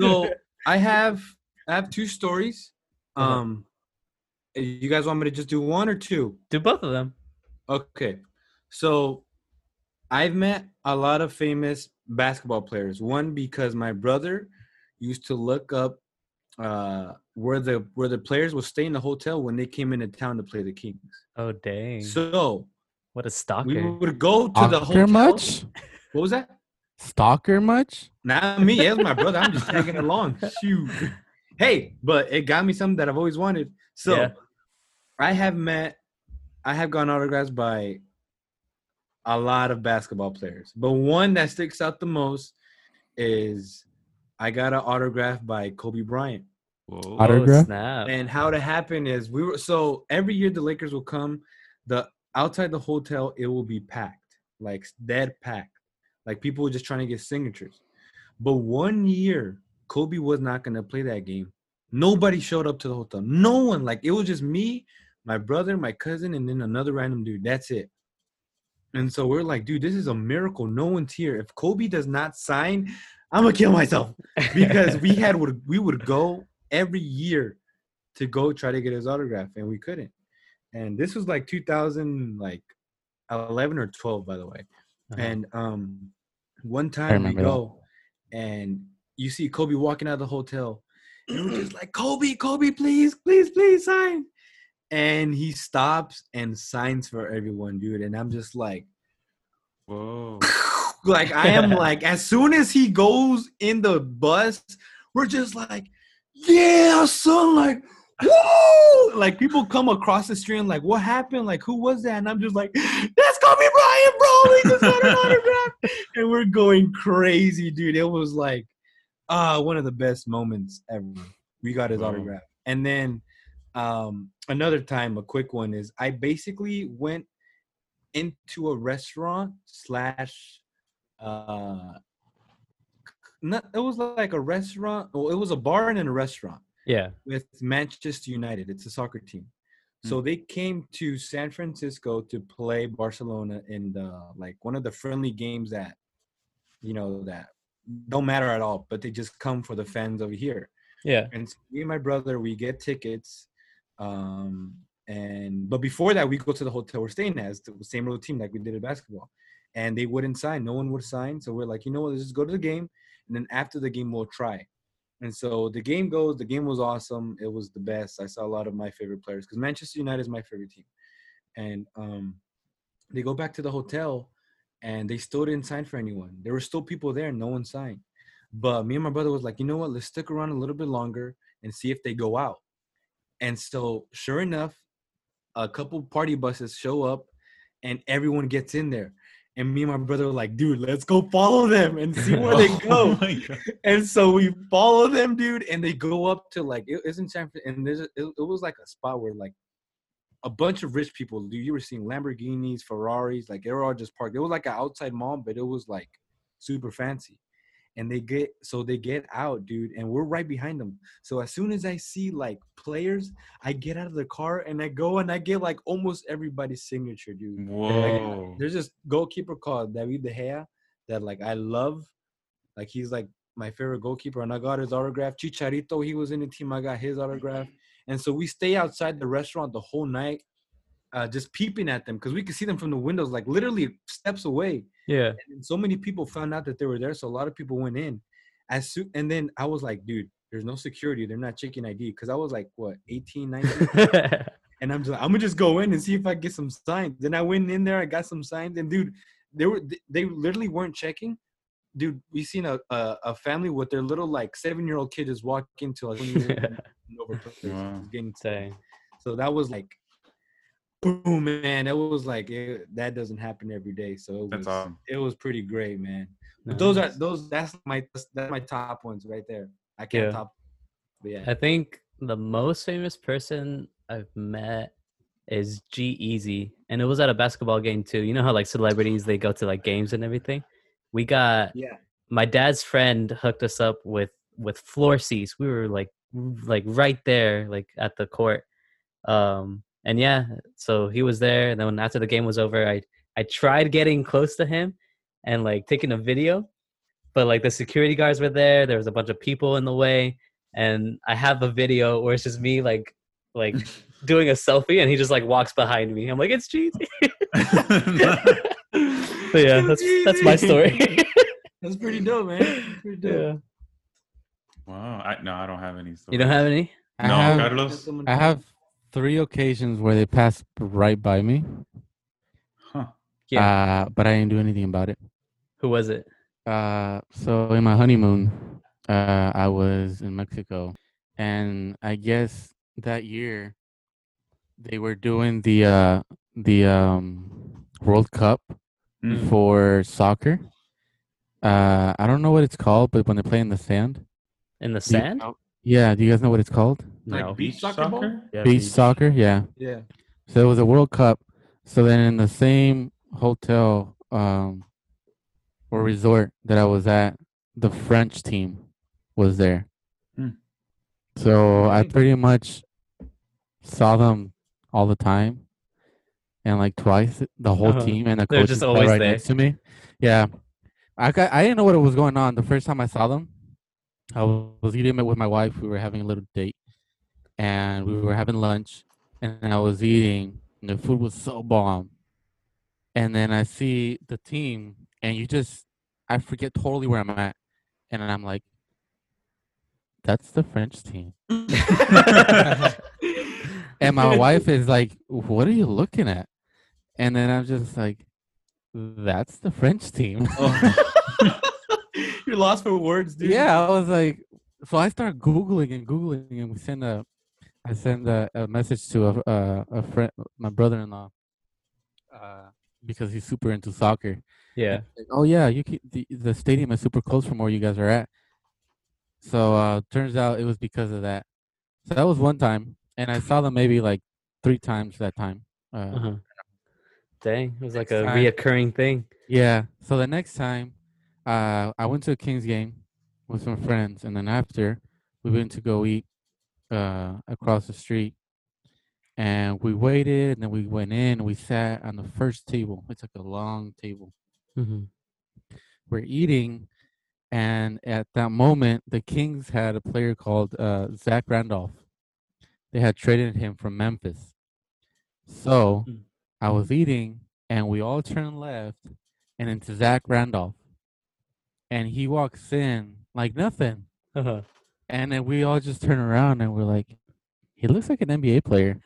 Speaker 3: so I have I have two stories.
Speaker 1: Uh-huh.
Speaker 3: Um, you guys want me to just do one or two?
Speaker 2: Do both of them.
Speaker 3: Okay, so I've met a lot of famous basketball players. One because my brother used to look up uh, where the where the players would stay in the hotel when they came into town to play the Kings.
Speaker 2: Oh dang!
Speaker 3: So
Speaker 2: what a stalker.
Speaker 3: we would go to the
Speaker 5: Stalker
Speaker 3: hotel.
Speaker 5: much?
Speaker 3: What was that?
Speaker 5: Stalker much?
Speaker 3: Not me. It was my brother. I'm just tagging along. Shoot. Hey, but it got me something that I've always wanted. So
Speaker 2: Yeah.
Speaker 3: I have met, I have gotten autographs by a lot of basketball players, but one that sticks out the most is I got an autograph by Kobe Bryant.
Speaker 4: Whoa.
Speaker 5: I don't- Autograph?
Speaker 2: Oh, snap.
Speaker 3: And how it happened is we were so every year the Lakers will come, the outside the hotel it will be packed, like dead packed, like people were just trying to get signatures. But one year Kobe was not gonna play that game. Nobody showed up to the hotel. No one. Like it was just me, my brother, my cousin, and then another random dude. That's it. And so we're like, dude, this is a miracle. No one's here. If Kobe does not sign, I'm gonna kill myself because we had would we would go every year to go try to get his autograph and we couldn't. And this was like 2000 like 11 or 12 by the way.
Speaker 2: Uh-huh.
Speaker 3: And um one time we
Speaker 5: remember that.
Speaker 3: go and you see Kobe walking out of the hotel and we're just like Kobe, Kobe, please, please, please sign. And he stops and signs for everyone, dude. And I'm just like
Speaker 4: Whoa.
Speaker 3: like I am like as soon as he goes in the bus, we're just like, yeah, son, like, whoa! Like people come across the street and like, what happened? Like, who was that? And I'm just like, that's Kobe Bryant, bro. We just got an autograph, and we're going crazy, dude. It was like, uh, one of the best moments ever. We got his
Speaker 4: Wow.
Speaker 3: autograph, and then um, another time, a quick one is I basically went into a restaurant slash uh not it was like a restaurant well it was a bar and a restaurant
Speaker 2: yeah.
Speaker 3: with manchester united it's a soccer team so they came to san francisco to play barcelona in the like one of the friendly games that you know that don't matter at all but they just come for the fans over here
Speaker 2: Yeah.
Speaker 3: and so me and my brother we get tickets um and but before that we go to the hotel we're staying at it's the same little team like we did at basketball and they wouldn't sign no one would sign so we're like you know what let's just go to the game and then after the game we'll try and so the game goes the game was awesome it was the best i saw a lot of my favorite players because manchester united is my favorite team and um they go back to the hotel and they still didn't sign for anyone there were still people there no one signed but me and my brother was like, you know what? Let's stick around a little bit longer and see if they go out. And so, sure enough, a couple party buses show up, and everyone gets in there. And me and my brother were like, dude, let's go follow them and see where they
Speaker 4: Oh
Speaker 3: go. and so we follow them, dude, and they go up to like it isn't San Fran- and there's a, it, it was like a spot where like a bunch of rich people, dude, you were seeing Lamborghinis, Ferraris, like they were all just parked. It was like an outside mall, but it was like super fancy. And they get so they get out, dude, and we're right behind them. So as soon as I see like players, I get out of the car and I go and I get like almost everybody's signature, dude.
Speaker 4: Whoa.
Speaker 3: There's this goalkeeper called David De Gea that like I love. Like he's like my favorite goalkeeper, and I got his autograph. Chicharito, he was in the team. I got his autograph, and so we stay outside the restaurant the whole night, uh, just peeping at them because we could see them from the windows, like literally steps away
Speaker 2: Yeah.
Speaker 3: and so many people found out that they were there, so a lot of people went in. As soon, and then I was like, dude, there's no security. They're not checking ID because I was like, what, 18, 19? and I'm just like, I'm gonna just go in and see if I get some signs. Then I went in there, I got some signs, and dude, they were they literally weren't checking. Dude, we seen a a, a family with their little like seven year old kid just walk into a 20-year-old and over
Speaker 4: Wow.
Speaker 3: getting
Speaker 2: Dang.
Speaker 3: so that was like, boom, man. That was like it, that doesn't happen every day. So it
Speaker 4: That's
Speaker 3: was
Speaker 4: awesome.
Speaker 3: it was pretty great, man. But those are
Speaker 2: Nice.
Speaker 3: those. That's my that's my top ones right there. I can't
Speaker 2: Yeah.
Speaker 3: top. But yeah,
Speaker 2: I think the most famous person I've met is G Easy, and it was at a basketball game too. You know how like celebrities they go to like games and everything. We got
Speaker 3: Yeah.
Speaker 2: My dad's friend hooked us up with with floor seats. We were like r- like right there like at the court, um, and yeah. So he was there, and then when- after the game was over, I I tried getting close to him and like taking a video, but like the security guards were there. There was a bunch of people in the way, and I have a video where it's just me like like doing a selfie, and he just like walks behind me. I'm like, it's cheesy. but yeah, that's that's my story.
Speaker 3: that's pretty dope, man. That's pretty dope.
Speaker 2: yeah.
Speaker 4: wow. I, no, I don't have any.
Speaker 2: You
Speaker 4: Stories.
Speaker 2: don't have any?
Speaker 5: I
Speaker 4: No,
Speaker 5: have,
Speaker 4: Carlos.
Speaker 3: That's someone-
Speaker 5: I have three occasions where they passed right by me.
Speaker 4: Huh.
Speaker 5: Uh, but I didn't do anything about it.
Speaker 2: Who was it?
Speaker 5: Uh, so in my honeymoon, uh, I was in Mexico, and I guess that year they were doing the uh, the um, World Cup
Speaker 4: Mm.
Speaker 5: for soccer. Uh, I don't know what it's called, but when they play in the sand.
Speaker 2: In the
Speaker 5: Do you
Speaker 2: sand?
Speaker 5: know- yeah, do you guys know what it's called?
Speaker 2: No.
Speaker 3: Like beach soccer ball?
Speaker 1: Yeah,
Speaker 5: beach soccer. Yeah.
Speaker 3: Yeah.
Speaker 5: So it was a World Cup. So then in the same hotel um, or resort that I was at, the French team was there.
Speaker 4: Hmm.
Speaker 5: So I
Speaker 3: Okay.
Speaker 5: pretty much saw them all the time, and like twice the whole
Speaker 2: Uh-huh.
Speaker 5: team and the
Speaker 2: They're
Speaker 5: coach
Speaker 2: just
Speaker 5: was
Speaker 2: always
Speaker 5: right
Speaker 2: there.
Speaker 5: next to me. Yeah, I got, I didn't know what was going on the first time I saw them. I was eating it with my wife. We were having a little date, and we were having lunch, and I was eating. And the food was so bomb, and then I see the team, and you just I forget totally where I'm at, and I'm like, that's the French team. And my wife is like, "What are you looking at?" And then I'm just like, "That's the French team."
Speaker 4: Oh.
Speaker 3: You're lost for words, dude.
Speaker 5: yeah, I was like, so I start googling and googling, and we send a, I send a, a message to a a, a friend, my brother-in-law, uh, because he's super into soccer.
Speaker 2: yeah.
Speaker 5: Like, oh yeah, you can, the the stadium is super close from where you guys are at. So uh, turns out it was because of that. So that was one time, and I saw them maybe like three times that time. Uh,
Speaker 2: Uh-huh. Dang, it was like
Speaker 5: Next
Speaker 2: a
Speaker 5: time.
Speaker 2: reoccurring thing.
Speaker 5: Yeah. So the next time, uh, I went to a Kings game with some friends, and then after, we went to go eat uh, across the street, and we waited, and then we went in, and we sat on the first table. It's like a long table. Mm-hmm. We're eating, and at that moment, the Kings had a player called uh, Zach Randolph. They had traded him from Memphis. So
Speaker 2: Mm.
Speaker 5: I was eating, and we all turned left, and into Zach Randolph, and he walks in like nothing,
Speaker 2: Uh-huh.
Speaker 5: and then we all just turn around and we're like, he looks like an NBA player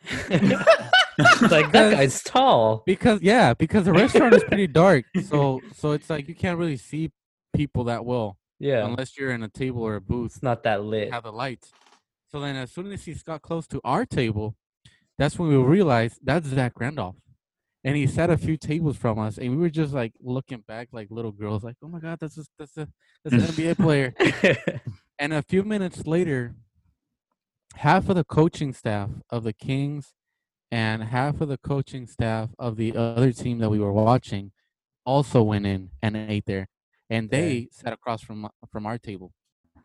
Speaker 2: like that guy's tall.
Speaker 5: because yeah, because the restaurant is pretty dark, so so it's like you can't really see people that well
Speaker 2: Yeah,
Speaker 5: unless you're in a table or a booth.
Speaker 2: it's not that lit.
Speaker 5: Um, have the lights. So then, as soon as he got close to our table, that's when we realized that's Zach Randolph. And he sat a few tables from us, and we were just like looking back like little girls, like, oh my God, that's a, that's a, that's an NBA player. And a few minutes later, half of the coaching staff of the Kings and half of the coaching staff of the other team that we were watching also went in and ate there. And
Speaker 2: Dang.
Speaker 5: they sat across from from our table.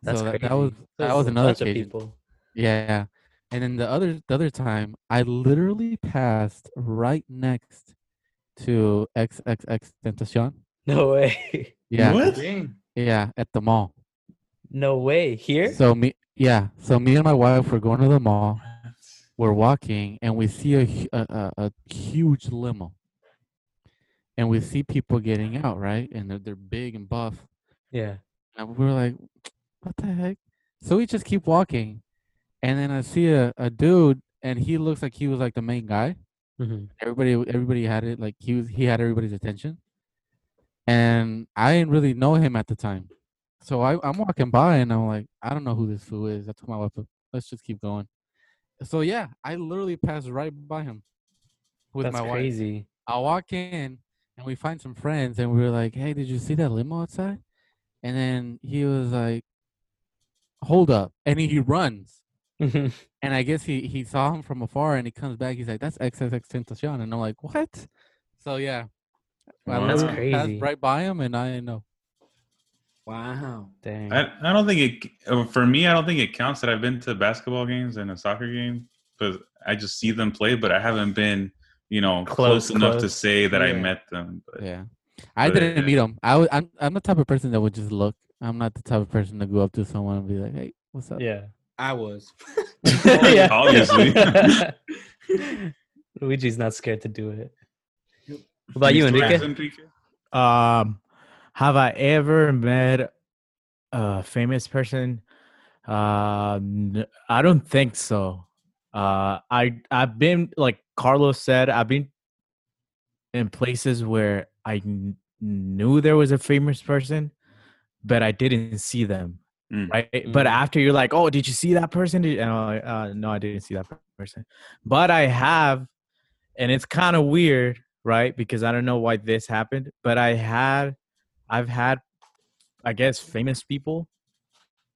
Speaker 2: That's
Speaker 5: so that, that
Speaker 2: crazy.
Speaker 5: was
Speaker 2: There's
Speaker 5: that was
Speaker 2: a
Speaker 5: another
Speaker 2: bunch of
Speaker 5: occasion.
Speaker 2: people.
Speaker 5: Yeah. And then the other the other time, I literally passed right next to XXX Tentacion.
Speaker 2: No way.
Speaker 5: Yeah.
Speaker 4: What?
Speaker 3: Dang.
Speaker 5: Yeah, at the mall.
Speaker 2: No way. Here?
Speaker 5: So me yeah, so me and my wife were going to the mall. We're walking and we see a hu- a, a, a huge limo. And we see people getting out, right? And they're, they're big and buff.
Speaker 2: yeah.
Speaker 5: And we were like, what the heck? So we just keep walking. And then I see a, a dude and he looks like he was like the main guy.
Speaker 2: Mhm.
Speaker 5: Everybody everybody had it like he was he had everybody's attention. And I didn't really know him at the time. So I, I'm walking by and I'm like, I don't know who this fool is. I told my wife, let's just keep going. So yeah, I literally passed right by him with
Speaker 2: That's
Speaker 5: my wife.
Speaker 2: crazy.
Speaker 5: I walk in and we find some friends and we were like, "Hey, did you see that limo outside?" And then he was like, "Hold up!" And he, he runs. And I guess he he saw him from afar and he comes back. He's like, "That's XXX Tentacion," and I'm like, "What?" So yeah,
Speaker 4: Wow.
Speaker 5: literally
Speaker 4: That's
Speaker 5: passed
Speaker 2: crazy.
Speaker 5: right by him, and I didn't know.
Speaker 3: Wow.
Speaker 2: Dang.
Speaker 4: I, I don't think it uh, for me. I don't think it counts that I've been to basketball games and a soccer game, but I just see them play. But I haven't been, you know,
Speaker 2: Close,
Speaker 4: close, enough to
Speaker 2: close.
Speaker 4: say that I
Speaker 5: Yeah.
Speaker 4: met them. But
Speaker 5: Yeah, I
Speaker 4: But-
Speaker 5: didn't meet him. I was, I'm I'm the type of person that would just look. I'm not the type of person to go up to someone and be like, "Hey, what's up?"
Speaker 2: yeah.
Speaker 3: I was.
Speaker 2: Yeah.
Speaker 4: Obviously.
Speaker 2: Luigi's not scared to do it.
Speaker 3: Yep.
Speaker 2: What about you,
Speaker 4: still
Speaker 2: Enrique?
Speaker 4: have Enrique?
Speaker 1: Um, have I ever met a famous person? Uh, n- I don't think so. Uh, I I've been like Carlos said, I've been in places where I kn- knew there was a famous person, but I didn't see them.
Speaker 4: Mm.
Speaker 1: Right, but after you're like, oh, did you see that person? Did, and I'm like, uh, no, I didn't see that per- person. But I have, and it's kind of weird right? Because I don't know why this happened, but I had, I've had, I guess, famous people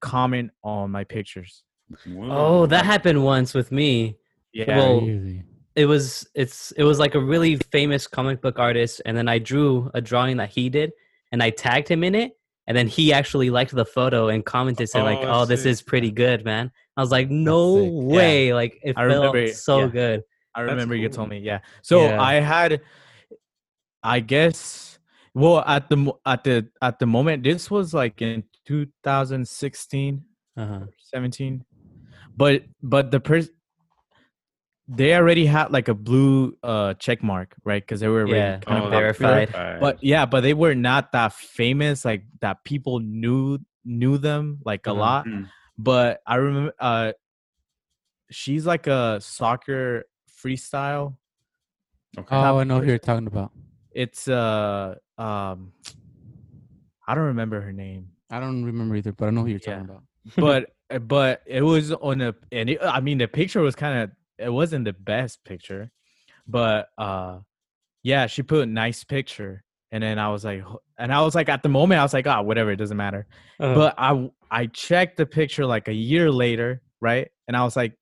Speaker 1: comment on my pictures.
Speaker 4: Whoa.
Speaker 2: Oh, that happened once with me.
Speaker 1: Yeah,
Speaker 2: Well,
Speaker 5: Crazy.
Speaker 2: It was it's it was like a really famous comic book artist, and then I drew a drawing that he did, and I tagged him in it, And then he actually liked the photo and commented saying like,
Speaker 4: Oh,
Speaker 2: "Oh, this
Speaker 4: sick.
Speaker 2: is pretty good, man." I was like, "No
Speaker 1: sick. Yeah.
Speaker 2: way!" Like it
Speaker 1: I
Speaker 2: felt
Speaker 1: remember it.
Speaker 2: so
Speaker 1: Yeah.
Speaker 2: good.
Speaker 1: I
Speaker 4: That's
Speaker 1: remember you told
Speaker 4: cool.
Speaker 1: me, yeah. So
Speaker 5: Yeah.
Speaker 1: I had, I guess, well, at the mo- at the at the moment, this was like in 2016,
Speaker 2: Uh-huh.
Speaker 1: 17, but but the person they already had like a blue uh check mark, right? Because they were already
Speaker 2: Yeah.
Speaker 1: kind of
Speaker 2: Oh,
Speaker 1: popular.
Speaker 2: verified.
Speaker 1: But yeah, but they were not that famous, like that people knew knew them like a
Speaker 2: Mhm.
Speaker 1: lot
Speaker 4: Mm.
Speaker 1: but I remember uh she's like a soccer freestyle.
Speaker 4: Okay.
Speaker 1: Uh,
Speaker 5: Oh, I know who you're talking about.
Speaker 1: It's uh um I don't remember her name.
Speaker 5: I don't remember either, but I know who you're talking
Speaker 1: Yeah.
Speaker 5: about.
Speaker 1: But uh, but it was on a and it, I mean the picture was kind of it wasn't the best picture, but uh yeah, she put nice picture and then I was like h- and I was like at the moment I was like, "Ah, whatever, it doesn't matter."
Speaker 2: Uh-huh.
Speaker 1: but I w- I checked the picture like a year later, right? And I was like,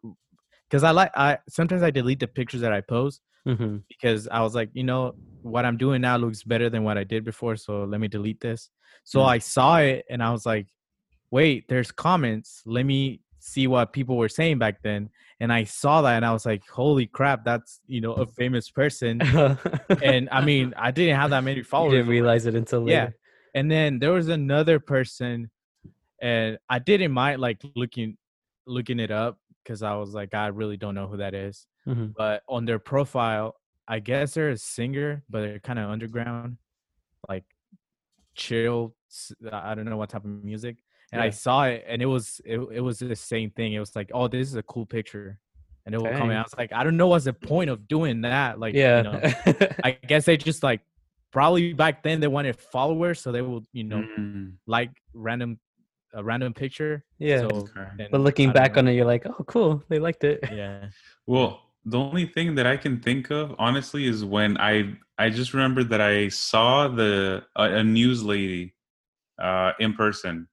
Speaker 1: because I like I sometimes I delete the pictures that I post
Speaker 2: Mhm.
Speaker 1: because I was like, you know, what I'm doing now looks better than what I did before, so let me delete this. So
Speaker 4: Mm.
Speaker 1: I saw it and I was like, wait, there's comments. Let me see what people were saying back then. And I saw that and I was like, holy crap, that's you know a famous person. and I mean, I didn't have that many
Speaker 2: you
Speaker 1: followers.
Speaker 2: didn't realize it until
Speaker 1: Yeah.
Speaker 2: later.
Speaker 1: And then there was another person, and I didn't mind like looking looking it up because I was like, I really don't know who that is.
Speaker 2: Mhm.
Speaker 1: But on their profile, I guess they're a singer, but they're kind of underground, like chill. s- I don't know what type of music. And I
Speaker 2: Yeah.
Speaker 1: saw it, and it was it, it was the same thing. It was like, oh, this is a cool picture, and it will come.
Speaker 2: Dang.
Speaker 1: I was like, I don't know what's the point of doing that. Like,
Speaker 2: yeah.
Speaker 1: you know, I guess they just like probably back then they wanted followers, so they would you know
Speaker 4: Mm.
Speaker 1: like random a random picture.
Speaker 2: yeah.
Speaker 1: So,
Speaker 4: Okay.
Speaker 2: but looking back on it, you're like, "Oh, cool. They liked it."
Speaker 1: yeah,
Speaker 4: Well, the only thing that I can think of, honestly, is when I I just remember that I saw the a, a news lady uh, in person.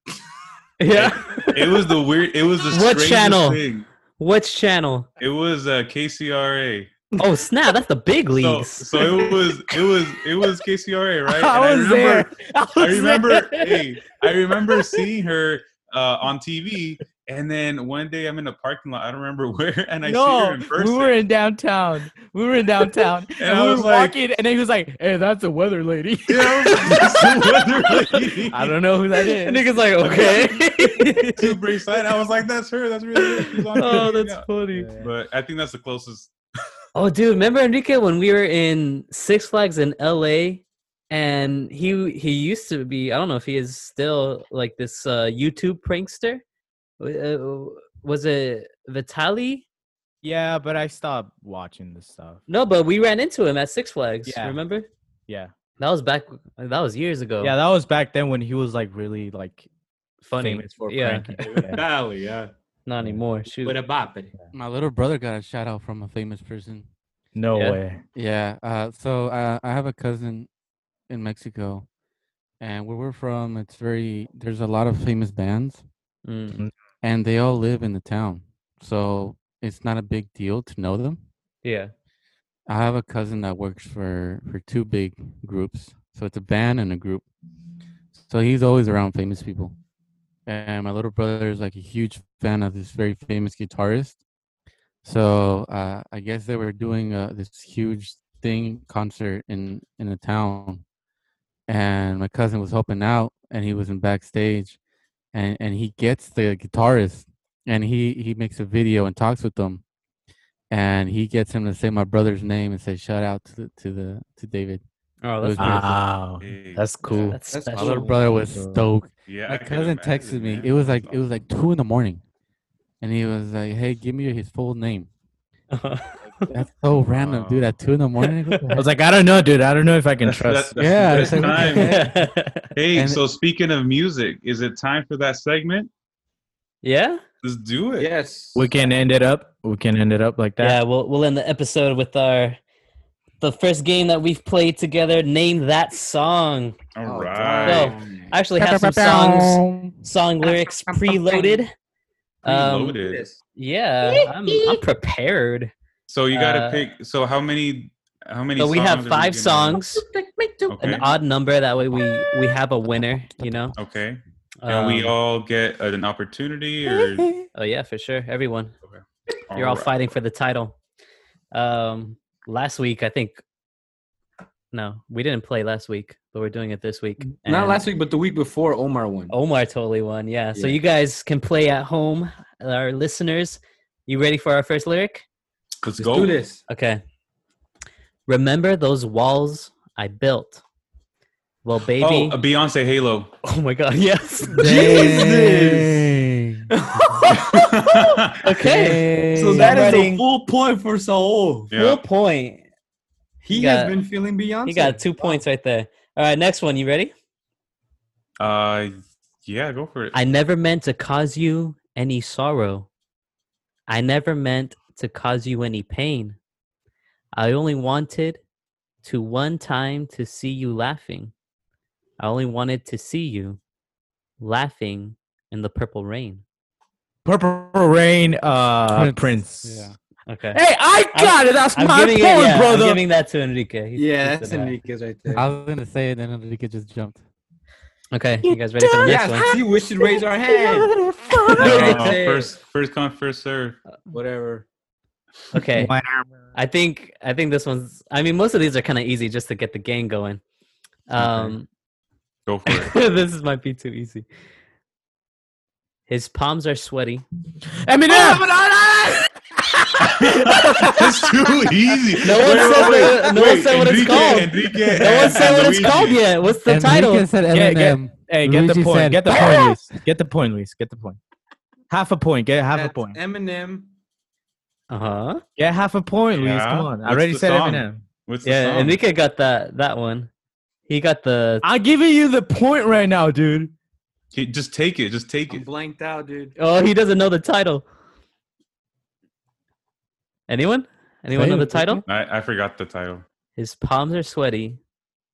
Speaker 2: Yeah.
Speaker 4: It was the weird. It was the
Speaker 2: What
Speaker 4: strangest
Speaker 2: channel?
Speaker 4: thing.
Speaker 2: Which channel?
Speaker 4: It was uh, KCRA.
Speaker 2: Oh snap! That's the big
Speaker 4: So,
Speaker 2: leagues.
Speaker 4: so it was it was it was KCRA, right?
Speaker 1: I was
Speaker 4: remember,
Speaker 1: there.
Speaker 4: I remember. hey, I remember seeing her uh, on TV, and then one day I'm in a parking lot. I don't remember where, and I see her
Speaker 1: no,
Speaker 4: in person.
Speaker 1: we were in downtown. We were in downtown, and,
Speaker 4: I
Speaker 1: we
Speaker 4: was
Speaker 1: were
Speaker 4: like-
Speaker 1: walking, and then he was like, "Hey, that's a weather lady."
Speaker 4: Yeah, I was like, "This is
Speaker 1: I don't know who that
Speaker 2: And
Speaker 1: is.
Speaker 2: nigga's like, okay.
Speaker 4: super excited. I was like, "That's her. That's really her. She's on
Speaker 2: oh,
Speaker 4: TV
Speaker 2: that's
Speaker 4: now."
Speaker 2: funny.
Speaker 4: But I think that's the closest.
Speaker 2: Oh, dude, remember Enrique when we were in Six Flags in L.A. and he he used to be I don't know if he is still like this uh, YouTube prankster. Uh, was it Vitali?
Speaker 1: Yeah, but I stopped watching this stuff.
Speaker 2: No, but we ran into him at Six Flags.
Speaker 1: Yeah.
Speaker 2: Remember?
Speaker 1: Yeah,
Speaker 2: That was back. That was years ago.
Speaker 1: yeah, that was back then when he was like really like
Speaker 2: funny.
Speaker 1: famous for
Speaker 2: yeah,
Speaker 1: pranking. Yeah.
Speaker 3: Valley, yeah.
Speaker 2: not anymore. Shoot.
Speaker 1: uh,
Speaker 3: With a bop it.
Speaker 5: My little brother got a shout out from a famous person.
Speaker 1: No
Speaker 2: Yeah.
Speaker 1: way.
Speaker 5: Yeah. Uh, so uh, I have a cousin in Mexico, and where we're from, it's very there's a lot of famous bands,
Speaker 2: Mm.
Speaker 5: and they all live in the town, so it's not a big deal to know them.
Speaker 2: Yeah.
Speaker 5: I have a cousin that works for for two big groups, so it's a band and a group. So he's always around famous people, and my little brother is like a huge fan of this very famous guitarist. So uh, I guess they were doing uh, this huge thing concert in in a town, and my cousin was helping out, and he was in backstage, and and he gets the guitarist, and he he makes a video and talks with them, and he gets him to say my brother's name and say shout out to the, to the to David.
Speaker 2: Oh,
Speaker 5: It was
Speaker 2: that's,
Speaker 5: beautiful.
Speaker 1: Wow,
Speaker 4: Hey,
Speaker 1: that's cool.
Speaker 2: that's
Speaker 3: That's
Speaker 5: My
Speaker 2: special.
Speaker 5: little brother was
Speaker 1: Cool.
Speaker 5: stoked.
Speaker 4: yeah,
Speaker 5: My
Speaker 4: I can
Speaker 5: cousin
Speaker 4: imagine,
Speaker 5: texted me.
Speaker 4: man.
Speaker 5: It was like
Speaker 4: That's
Speaker 5: it was like two in the morning, and he was like, "Hey, give me his full name." That's so random, dude. At two in the morning. What the
Speaker 1: I
Speaker 5: heck?
Speaker 1: was like, I don't know, dude. I don't know if I can
Speaker 4: That's-
Speaker 1: trust.
Speaker 4: that's
Speaker 5: Yeah,
Speaker 4: the
Speaker 5: it's
Speaker 4: best
Speaker 5: like, what the
Speaker 4: time.
Speaker 5: heck?
Speaker 4: Hey,
Speaker 5: And-
Speaker 4: so speaking of music, is it time for that segment?
Speaker 2: yeah.
Speaker 4: Let's do it.
Speaker 3: Yes.
Speaker 1: We can end it up. We can end it up like that.
Speaker 2: Yeah, we'll we'll end the episode with our the first game that we've played together. Name that song.
Speaker 4: All
Speaker 5: Oh,
Speaker 4: right.
Speaker 2: damn. I actually have some songs, song lyrics preloaded. Um,
Speaker 4: Preloaded.
Speaker 3: Yes.
Speaker 2: yeah, I'm I'm prepared.
Speaker 4: So you got to
Speaker 2: Uh,
Speaker 4: pick. So how many How many?
Speaker 2: So we have
Speaker 4: songs are
Speaker 2: five
Speaker 4: gonna-
Speaker 2: songs,
Speaker 4: Okay.
Speaker 2: an odd number. That way we we have a winner. You know.
Speaker 4: Okay. And we
Speaker 2: Um,
Speaker 4: all get an opportunity, or
Speaker 2: Oh yeah, for sure. Everyone, you're all
Speaker 4: Alright.
Speaker 2: fighting for the title. Um, last week I think. No, we didn't play last week, but we're doing it this week.
Speaker 3: Not
Speaker 2: And Oh,
Speaker 3: last week, but the week before, Omar won.
Speaker 2: Omar totally won. Yeah. So
Speaker 3: Yeah.
Speaker 2: you guys can play at home. Our listeners, you ready for our first lyric?
Speaker 4: Let's
Speaker 3: Let's
Speaker 4: go.
Speaker 3: do this.
Speaker 2: Okay. Remember those walls I built? Well, baby.
Speaker 4: Oh, a Beyonce Halo.
Speaker 2: Oh my God! Yes.
Speaker 5: Jesus.
Speaker 2: okay.
Speaker 3: So
Speaker 2: Hey,
Speaker 3: that is
Speaker 2: Reading.
Speaker 3: a full point for Saul.
Speaker 2: Full
Speaker 4: yeah.
Speaker 2: point.
Speaker 3: He,
Speaker 2: He
Speaker 3: has
Speaker 2: got-
Speaker 3: been feeling Beyonce.
Speaker 2: You got two points right there. All right, next one. You ready?
Speaker 4: Uh, yeah, go for it.
Speaker 2: I never meant to cause you any sorrow. I never meant to cause you any pain. I only wanted to one time to see you laughing. I only wanted to see you laughing in the purple rain.
Speaker 1: Purple Rain, uh, Prince.
Speaker 5: Prince. Yeah.
Speaker 2: Okay.
Speaker 1: Hey, I got it. That's
Speaker 2: I'm
Speaker 1: my point,
Speaker 2: giving, it, yeah,
Speaker 1: brother.
Speaker 2: I'm giving that to Enrique. He's-
Speaker 3: Yeah,
Speaker 2: he's
Speaker 3: that's
Speaker 2: good at it.
Speaker 3: Enriquez right there.
Speaker 5: I was gonna say it, then Enrique just jumped.
Speaker 2: Okay, you guys ready for the next one?
Speaker 3: yeah, see, we should raise our hand.
Speaker 4: Uh,
Speaker 3: Hey.
Speaker 4: first, first come, first serve.
Speaker 3: Whatever.
Speaker 2: Okay. I think I think this one's. I mean, most of these are kind of easy just to get the game going. Um,
Speaker 4: Go for it.
Speaker 2: this is, might be too easy. His palms are sweaty.
Speaker 1: Eminem.
Speaker 4: That's too easy.
Speaker 2: No one said the- no one said what it's
Speaker 4: Enrique,
Speaker 2: called.
Speaker 4: Enrique
Speaker 2: No one said
Speaker 4: and
Speaker 2: what it's
Speaker 4: Luigi.
Speaker 2: called yet. What's the
Speaker 5: Enrique
Speaker 2: title?
Speaker 5: said
Speaker 1: Yeah, get-
Speaker 5: Eminem.
Speaker 1: Hey, get the
Speaker 5: Luigi
Speaker 1: point.
Speaker 5: said-
Speaker 1: Get the point, Luis. Get the point, Luis. Get the point. Half a point. Get half
Speaker 3: That's
Speaker 1: a point.
Speaker 3: Eminem.
Speaker 2: Uh huh.
Speaker 1: Get half a point, Luis.
Speaker 4: Yeah.
Speaker 1: Come on. I
Speaker 4: What's
Speaker 1: already
Speaker 4: the
Speaker 1: said
Speaker 4: song?
Speaker 1: Eminem.
Speaker 4: What's
Speaker 2: Yeah,
Speaker 4: the song?
Speaker 2: Enrique got that that one. He got the.
Speaker 1: I'm giving you the point right now, dude.
Speaker 4: He- Just take it. Just take
Speaker 3: I'm
Speaker 4: it.
Speaker 3: blanked out, dude.
Speaker 2: Oh, he doesn't know the title. Anyone? Anyone know the title?
Speaker 4: I, I forgot the title.
Speaker 2: His palms are sweaty,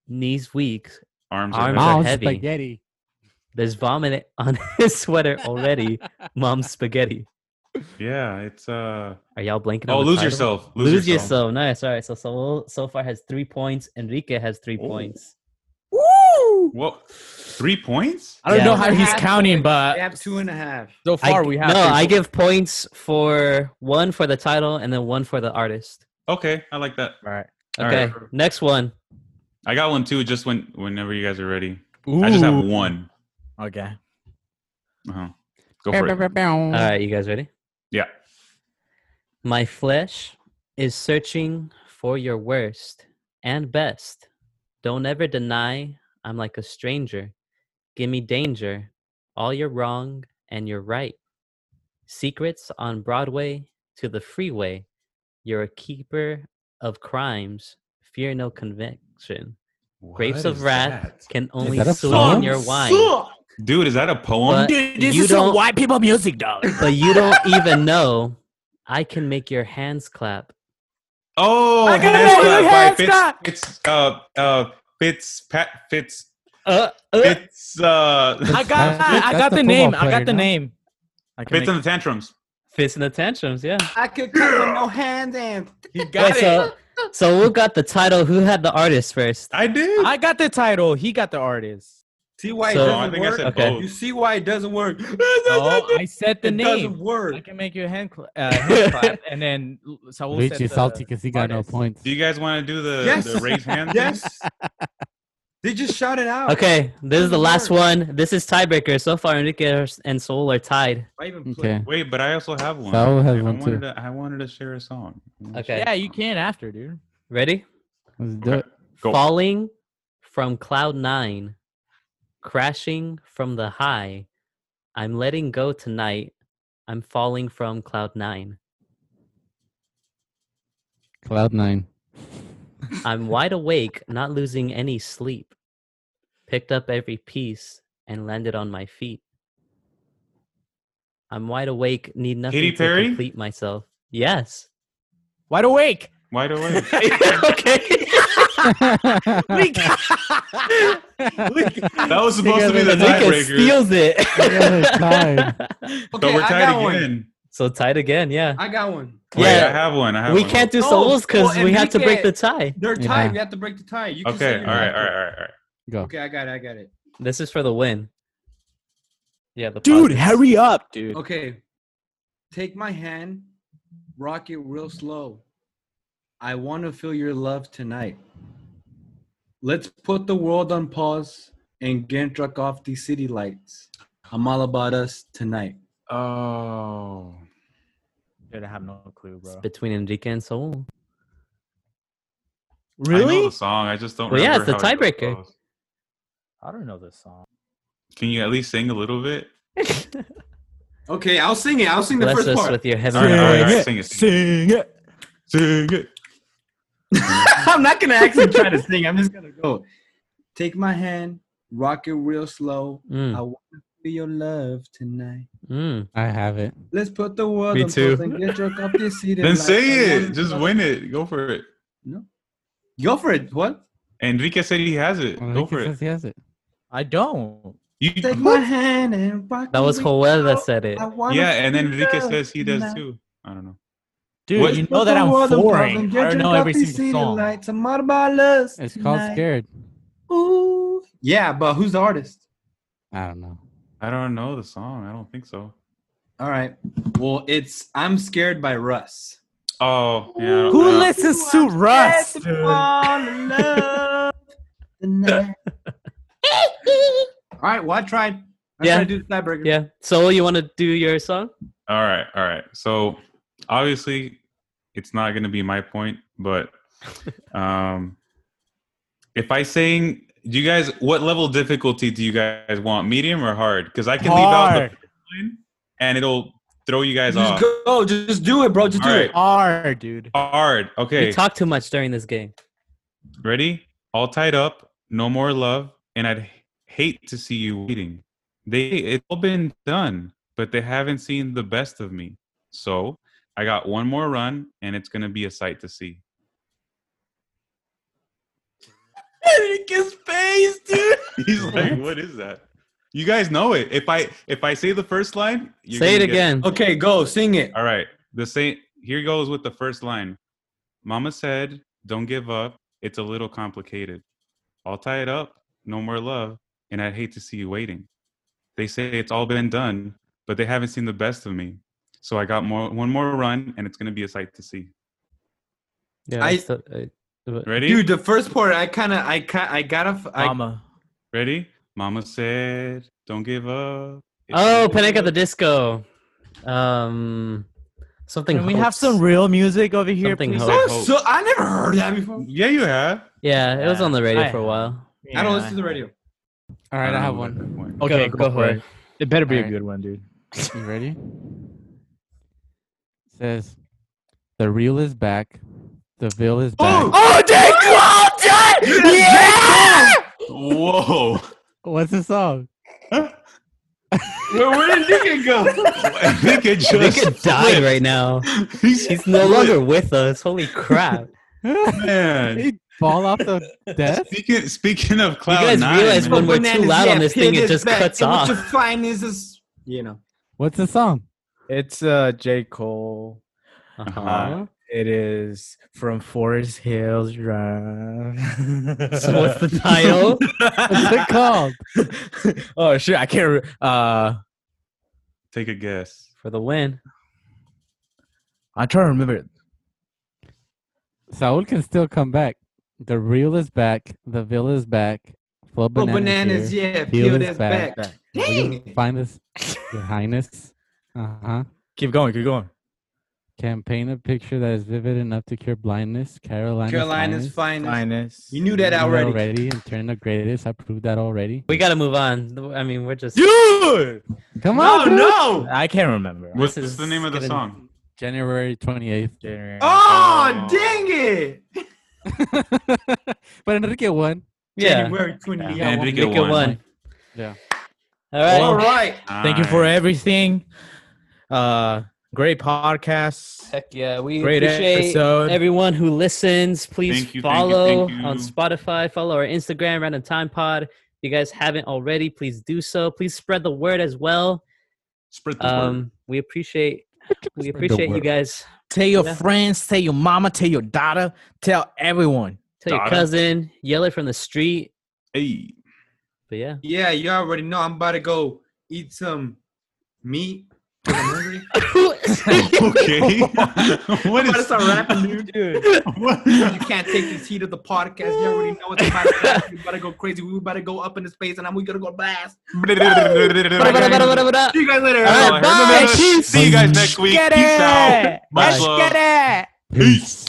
Speaker 2: knees weak,
Speaker 4: Arms.
Speaker 2: Arms
Speaker 4: Are
Speaker 2: are-
Speaker 5: Mom's
Speaker 2: heavy.
Speaker 5: spaghetti.
Speaker 2: There's vomit on his sweater already. Mom's spaghetti.
Speaker 4: heavy. yeah, it's uh.
Speaker 2: Are y'all blanking?
Speaker 4: Oh,
Speaker 2: on the
Speaker 4: lose
Speaker 2: title?
Speaker 4: yourself.
Speaker 2: Lose,
Speaker 4: Lose,
Speaker 2: yourself. Nice. All right. So so so far has three points. Enrique has
Speaker 4: Oh.
Speaker 2: three points.
Speaker 4: What? Three points?
Speaker 1: I don't
Speaker 2: Yeah.
Speaker 1: know how he's
Speaker 3: Half
Speaker 1: counting,
Speaker 3: point.
Speaker 4: Uh,
Speaker 3: They
Speaker 1: but
Speaker 3: have two and a half.
Speaker 1: so
Speaker 2: I-
Speaker 1: far we have.
Speaker 2: no.
Speaker 1: three
Speaker 2: I
Speaker 1: points.
Speaker 2: give points for one for the title and then one for the artist.
Speaker 4: Okay, I like that.
Speaker 1: All right.
Speaker 4: All
Speaker 2: Okay.
Speaker 4: right.
Speaker 2: Next one.
Speaker 4: I got one too. Just when whenever you guys are ready. I just have one.
Speaker 1: Okay.
Speaker 4: Uh-huh. Go for it.
Speaker 5: Mm.
Speaker 2: All right. You guys ready?
Speaker 4: Yeah.
Speaker 2: My flesh is searching for your worst and best. Don't ever deny I'm like a stranger. Give me danger, all your wrong and your right. Secrets on Broadway to the freeway. You're a keeper of crimes. Fear no conviction. Grapes of wrath can only
Speaker 5: that a
Speaker 2: sweeten
Speaker 5: song?
Speaker 2: your wine.
Speaker 4: Dude, is that a poem?
Speaker 2: But- You don't-
Speaker 1: white people music, dog.
Speaker 2: But you don't even know I can make your hands clap.
Speaker 4: oh,
Speaker 1: I gotta
Speaker 4: hands
Speaker 1: go,
Speaker 4: clap by
Speaker 1: hands
Speaker 4: Fitz,
Speaker 1: clap.
Speaker 4: Fitz, uh, uh, Fitz, Pat, Fitz,
Speaker 2: Uh, uh.
Speaker 4: Fitz, uh,
Speaker 1: I got.
Speaker 5: That's-
Speaker 1: I
Speaker 5: that's
Speaker 1: got the,
Speaker 5: the
Speaker 1: name.
Speaker 5: football
Speaker 1: I
Speaker 5: player,
Speaker 1: got the
Speaker 5: no?
Speaker 1: name. I can
Speaker 4: Fitz
Speaker 1: make-
Speaker 4: in the tantrums.
Speaker 2: Fits in the tantrums, yeah.
Speaker 3: I could cut with no hand and
Speaker 1: he
Speaker 2: Wait,
Speaker 1: got it.
Speaker 2: so, so who got the title? Who had the artist first?
Speaker 4: I did.
Speaker 1: I got the title. He got the artist.
Speaker 3: see why
Speaker 2: So-
Speaker 3: it
Speaker 4: no, I
Speaker 3: doesn't
Speaker 4: think I
Speaker 3: work.
Speaker 4: said
Speaker 2: Okay.
Speaker 4: both.
Speaker 3: You see why it doesn't work.
Speaker 1: Oh, I said the
Speaker 3: it doesn't
Speaker 1: name.
Speaker 3: work.
Speaker 1: I can make you a hand, cl- uh, hand clap, and then Saul said
Speaker 5: Luigi
Speaker 1: the-
Speaker 5: salty because he got no
Speaker 1: artist.
Speaker 5: points.
Speaker 4: Do you guys want to do the,
Speaker 3: Yes.
Speaker 4: the raise hand?
Speaker 3: Yes. they just shout it out.
Speaker 2: Okay, this is the
Speaker 3: Doesn't
Speaker 2: last
Speaker 3: work.
Speaker 2: one. This is tiebreaker. So far, Enrique and Soul are tied.
Speaker 3: I even play.
Speaker 5: Okay.
Speaker 4: Wait, but I also have one.
Speaker 5: Saul has
Speaker 4: I
Speaker 5: one,
Speaker 4: wanted
Speaker 5: too.
Speaker 4: To, I wanted to share a song.
Speaker 2: Okay,
Speaker 1: Yeah, you can after, dude.
Speaker 2: ready?
Speaker 5: Let's do it.
Speaker 4: Go.
Speaker 2: Falling from cloud nine, crashing from the high. I'm letting go tonight. I'm falling from cloud nine.
Speaker 5: Cloud nine.
Speaker 2: I'm wide awake, not losing any sleep. Picked up every piece and landed on my feet. I'm wide awake, need nothing
Speaker 4: Katy
Speaker 2: to
Speaker 4: Perry?
Speaker 2: complete myself. Yes.
Speaker 1: Wide awake.
Speaker 4: Wide awake.
Speaker 2: okay.
Speaker 1: We got-
Speaker 4: That was supposed to be the
Speaker 2: Enrique
Speaker 4: tiebreaker.
Speaker 2: steals it.
Speaker 5: Tied.
Speaker 3: Okay,
Speaker 4: So we're
Speaker 3: I
Speaker 4: tied
Speaker 3: got one.
Speaker 4: again.
Speaker 2: So tied again, yeah.
Speaker 3: I got one.
Speaker 4: Wait,
Speaker 2: Yeah.
Speaker 4: I have one. I have
Speaker 2: We
Speaker 4: one.
Speaker 2: can't do
Speaker 3: Oh,
Speaker 2: souls because
Speaker 3: well,
Speaker 2: we had to break
Speaker 3: Enrique-
Speaker 2: the tie.
Speaker 3: They're
Speaker 5: Yeah.
Speaker 3: tied. You have to break the tie. You can
Speaker 4: Okay.
Speaker 3: say
Speaker 4: All
Speaker 3: your
Speaker 4: right.
Speaker 3: last one.
Speaker 4: All right. All right. All right.
Speaker 5: Go.
Speaker 3: Okay, I got it. I got it.
Speaker 2: This is for the win. Yeah, the
Speaker 6: Dude,
Speaker 2: pauses.
Speaker 6: hurry up, dude.
Speaker 3: Okay. Take my hand, rock it real slow. I want to feel your love tonight. Let's put the world on pause and get truck off these city lights. I'm all about us tonight.
Speaker 4: Oh.
Speaker 1: Dude, I have no clue,
Speaker 2: It's
Speaker 1: bro.
Speaker 2: between Enrique and Soul.
Speaker 4: I know
Speaker 6: Really?
Speaker 4: the song. I just don't.
Speaker 2: Well, yeah,
Speaker 4: remember
Speaker 2: it's the
Speaker 4: how it
Speaker 2: tiebreaker.
Speaker 4: goes.
Speaker 1: I don't know this song.
Speaker 4: Can you at least sing a little bit?
Speaker 3: Okay, I'll sing it. I'll sing the
Speaker 2: Bless
Speaker 3: first
Speaker 2: us
Speaker 3: part.
Speaker 2: with your
Speaker 4: All right,
Speaker 2: heavenly
Speaker 4: all right, all
Speaker 2: voice.
Speaker 4: right. Sing it. Sing it. Sing it.
Speaker 3: I'm not gonna actually try to sing. I'm just gonna go. Take my hand, rock it real slow. I
Speaker 2: Mm,
Speaker 3: want to feel your love tonight.
Speaker 2: mm.
Speaker 5: I have it.
Speaker 3: Let's put the world
Speaker 2: Me
Speaker 3: on
Speaker 2: too.
Speaker 3: pause and get drunk off this city.
Speaker 4: Then
Speaker 3: lights.
Speaker 4: say
Speaker 3: I
Speaker 4: it.
Speaker 3: wanna
Speaker 4: Just
Speaker 3: feel-
Speaker 4: win it. Go for it.
Speaker 3: Go for it. What?
Speaker 4: Enrique said he has it. Go
Speaker 5: Enrique
Speaker 4: for it.
Speaker 5: says he has it.
Speaker 1: I don't.
Speaker 4: You,
Speaker 3: Take my hand and rock.
Speaker 2: That
Speaker 3: it
Speaker 2: was
Speaker 3: with-
Speaker 2: Joel that said it.
Speaker 3: I wanna
Speaker 4: yeah, and
Speaker 3: feel
Speaker 4: then Enrique
Speaker 3: love
Speaker 4: says he does
Speaker 3: tonight.
Speaker 4: too. I don't know.
Speaker 1: Dude,
Speaker 4: What-
Speaker 1: you
Speaker 3: Put
Speaker 1: know that
Speaker 3: the
Speaker 1: I'm
Speaker 3: world on pause and
Speaker 1: foreign.
Speaker 3: get
Speaker 1: I don't
Speaker 3: drunk
Speaker 1: know
Speaker 3: off
Speaker 1: every
Speaker 3: these
Speaker 1: single
Speaker 3: city
Speaker 1: song.
Speaker 3: lights. I'm all about us
Speaker 5: It's called
Speaker 3: tonight.
Speaker 5: Scared.
Speaker 3: Ooh. Yeah, but who's the artist?
Speaker 5: I don't know.
Speaker 4: I don't know the song. I don't think so.
Speaker 3: All right. Well, it's "I'm Scared" by Russ. Uh,
Speaker 4: Oh, yeah. I don't
Speaker 6: Who
Speaker 4: know.
Speaker 6: listens to Russ? dude?
Speaker 3: All right, well, I tried. I
Speaker 2: Yeah.
Speaker 3: tried to do the tiebreaker.
Speaker 2: Yeah. Soul, you want to do your song?
Speaker 4: All right, all right. So obviously, it's not going to be my point, but um, if I sing, do you guys what level of difficulty do you guys want? Medium or hard? Because I can leave out
Speaker 6: Hard.
Speaker 4: the first line, and it'll throw you guys off.
Speaker 3: Just go. Just, just do it, bro. Just
Speaker 4: All
Speaker 3: do
Speaker 4: right.
Speaker 3: it.
Speaker 6: Hard, dude.
Speaker 4: Hard. Okay,
Speaker 2: You talk too much during this game.
Speaker 4: ready? All tied up. No more love, and I'd h- hate to see you waiting. They it's all been done, but they haven't seen the best of me. So I got one more run, and it's going to be a sight to see.
Speaker 6: Enrique's face, dude.
Speaker 4: He's like, what is that? You guys know it. If I if I say the first line, you're
Speaker 2: Say
Speaker 4: gonna
Speaker 2: it
Speaker 4: get Oh,
Speaker 2: again.
Speaker 3: Okay, go. Sing it.
Speaker 4: All right. The same here goes with the first line. Mama said, Don't give up. It's a little complicated. I'll tie it up, no more love, and I'd hate to see you waiting. They say it's all been done, but they haven't seen the best of me. So I got more one more run and it's gonna be a sight to see.
Speaker 2: Yeah.
Speaker 3: I-
Speaker 2: that's the- uh,
Speaker 4: Ready?
Speaker 3: Dude, the first part, I kind of, I, kind, I gotta, f- I,
Speaker 1: Mama.
Speaker 4: Ready? Mama said, Don't give up. It's a
Speaker 2: oh,
Speaker 4: little-
Speaker 2: Panic at the Disco. Um, something.
Speaker 1: Can we have
Speaker 2: hopes.
Speaker 1: some real music over here,
Speaker 2: Something
Speaker 1: please?
Speaker 2: hope.
Speaker 3: that
Speaker 4: I hope.
Speaker 3: was so, I never heard that before.
Speaker 4: Yeah, you have.
Speaker 2: Yeah, it was
Speaker 1: Yeah,
Speaker 2: on the radio
Speaker 1: I-
Speaker 2: for a while.
Speaker 3: I don't
Speaker 1: Yeah.
Speaker 3: listen to the radio.
Speaker 5: All right, I
Speaker 4: don't
Speaker 5: have
Speaker 4: know what
Speaker 5: one.
Speaker 4: that point-
Speaker 1: Okay, go, for it. It better be a
Speaker 5: Alright.
Speaker 1: good one, dude.
Speaker 5: You ready? Says, the reel is back. The veil is back.
Speaker 6: Oh, Jake Walton! Yeah!
Speaker 4: Whoa.
Speaker 5: What's the song?
Speaker 3: Where, where did Nick go?
Speaker 4: Enrique just
Speaker 2: They could die right now. He's no longer with us. Holy crap!
Speaker 4: Man.
Speaker 5: Fall off the desk?
Speaker 4: Speaking, speaking of
Speaker 2: You
Speaker 4: cloud
Speaker 2: guys
Speaker 4: nine,
Speaker 2: realize
Speaker 4: man.
Speaker 2: when we're too
Speaker 3: oh, Bananas
Speaker 2: loud on
Speaker 3: left,
Speaker 2: this thing,
Speaker 3: pig
Speaker 2: it
Speaker 3: is
Speaker 2: just
Speaker 3: back,
Speaker 2: cuts
Speaker 3: and What
Speaker 2: off.
Speaker 3: you find is this, you know.
Speaker 5: What's the song?
Speaker 1: It's uh J. Cole.
Speaker 2: Uh-huh.
Speaker 1: It is from Forest Hills Drive.
Speaker 2: So what's the title?
Speaker 5: What's it called?
Speaker 1: oh shit, I can't. Re- uh,
Speaker 4: Take a guess.
Speaker 2: for the win.
Speaker 1: I'm trying to remember. it.
Speaker 5: Saul can still come back. The reel is back. The veil is back. Full
Speaker 3: Oh, bananas,
Speaker 5: bananas, here.
Speaker 3: yeah.
Speaker 5: Peel
Speaker 3: Peel
Speaker 5: is
Speaker 3: this back.
Speaker 1: back.
Speaker 5: Will
Speaker 3: Dang
Speaker 5: you
Speaker 3: it.
Speaker 5: Find this, your highness. Uh-huh.
Speaker 1: Keep going, keep going.
Speaker 5: Can paint a picture that is vivid enough to cure blindness. Carolina's,
Speaker 3: Carolina's
Speaker 5: Carolina's
Speaker 3: finest.
Speaker 1: Minus.
Speaker 3: You knew that already.
Speaker 5: and turn the greatest. I proved that already.
Speaker 2: We gotta move on. I mean, we're just.
Speaker 1: Dude,
Speaker 5: Come
Speaker 3: No,
Speaker 5: on, dude.
Speaker 3: Oh, no.
Speaker 1: I can't remember.
Speaker 4: What's
Speaker 2: is
Speaker 4: the name of the
Speaker 2: gonna-
Speaker 4: song?
Speaker 5: January 28th.
Speaker 1: January.
Speaker 3: Oh,
Speaker 4: Oh.
Speaker 3: dang it.
Speaker 5: but Enrique won.
Speaker 2: yeah.
Speaker 3: January 28th.
Speaker 5: Yeah,
Speaker 4: Enrique
Speaker 2: Make it
Speaker 4: won.
Speaker 2: one.
Speaker 5: Yeah.
Speaker 2: All right.
Speaker 3: All right.
Speaker 1: Thank you for everything. Uh, great podcast.
Speaker 2: Heck yeah. We
Speaker 1: Great
Speaker 2: appreciate
Speaker 1: episode.
Speaker 2: everyone who listens. Please
Speaker 4: Thank you, thank you,
Speaker 2: follow
Speaker 4: thank you.
Speaker 2: on Spotify, follow our Instagram, Random Time Pod. If you guys haven't already, please do so. Please spread the word as well.
Speaker 4: Spread the word.
Speaker 2: Um, we appreciate We appreciate you
Speaker 5: world.
Speaker 2: guys.
Speaker 1: Tell your
Speaker 2: Yeah.
Speaker 1: friends, tell your mama, tell your daughter, tell everyone.
Speaker 2: Tell your
Speaker 4: Daughter.
Speaker 2: cousin, yell it from the street.
Speaker 4: Hey,
Speaker 2: But yeah,
Speaker 3: Yeah, you already know. I'm about to go eat some meat. 'cause I'm hungry.
Speaker 4: okay. what
Speaker 3: I'm about to
Speaker 4: is
Speaker 3: start rapping, dude.
Speaker 4: What?
Speaker 3: You can't take this heat of the podcast. You already know it's a podcast. We about to go crazy. We about to go up into space, and I'm gonna go blast. See you guys later.
Speaker 4: All right,
Speaker 1: bye.
Speaker 4: See you guys next week. Peace out. Much love.
Speaker 1: it.
Speaker 4: Peace.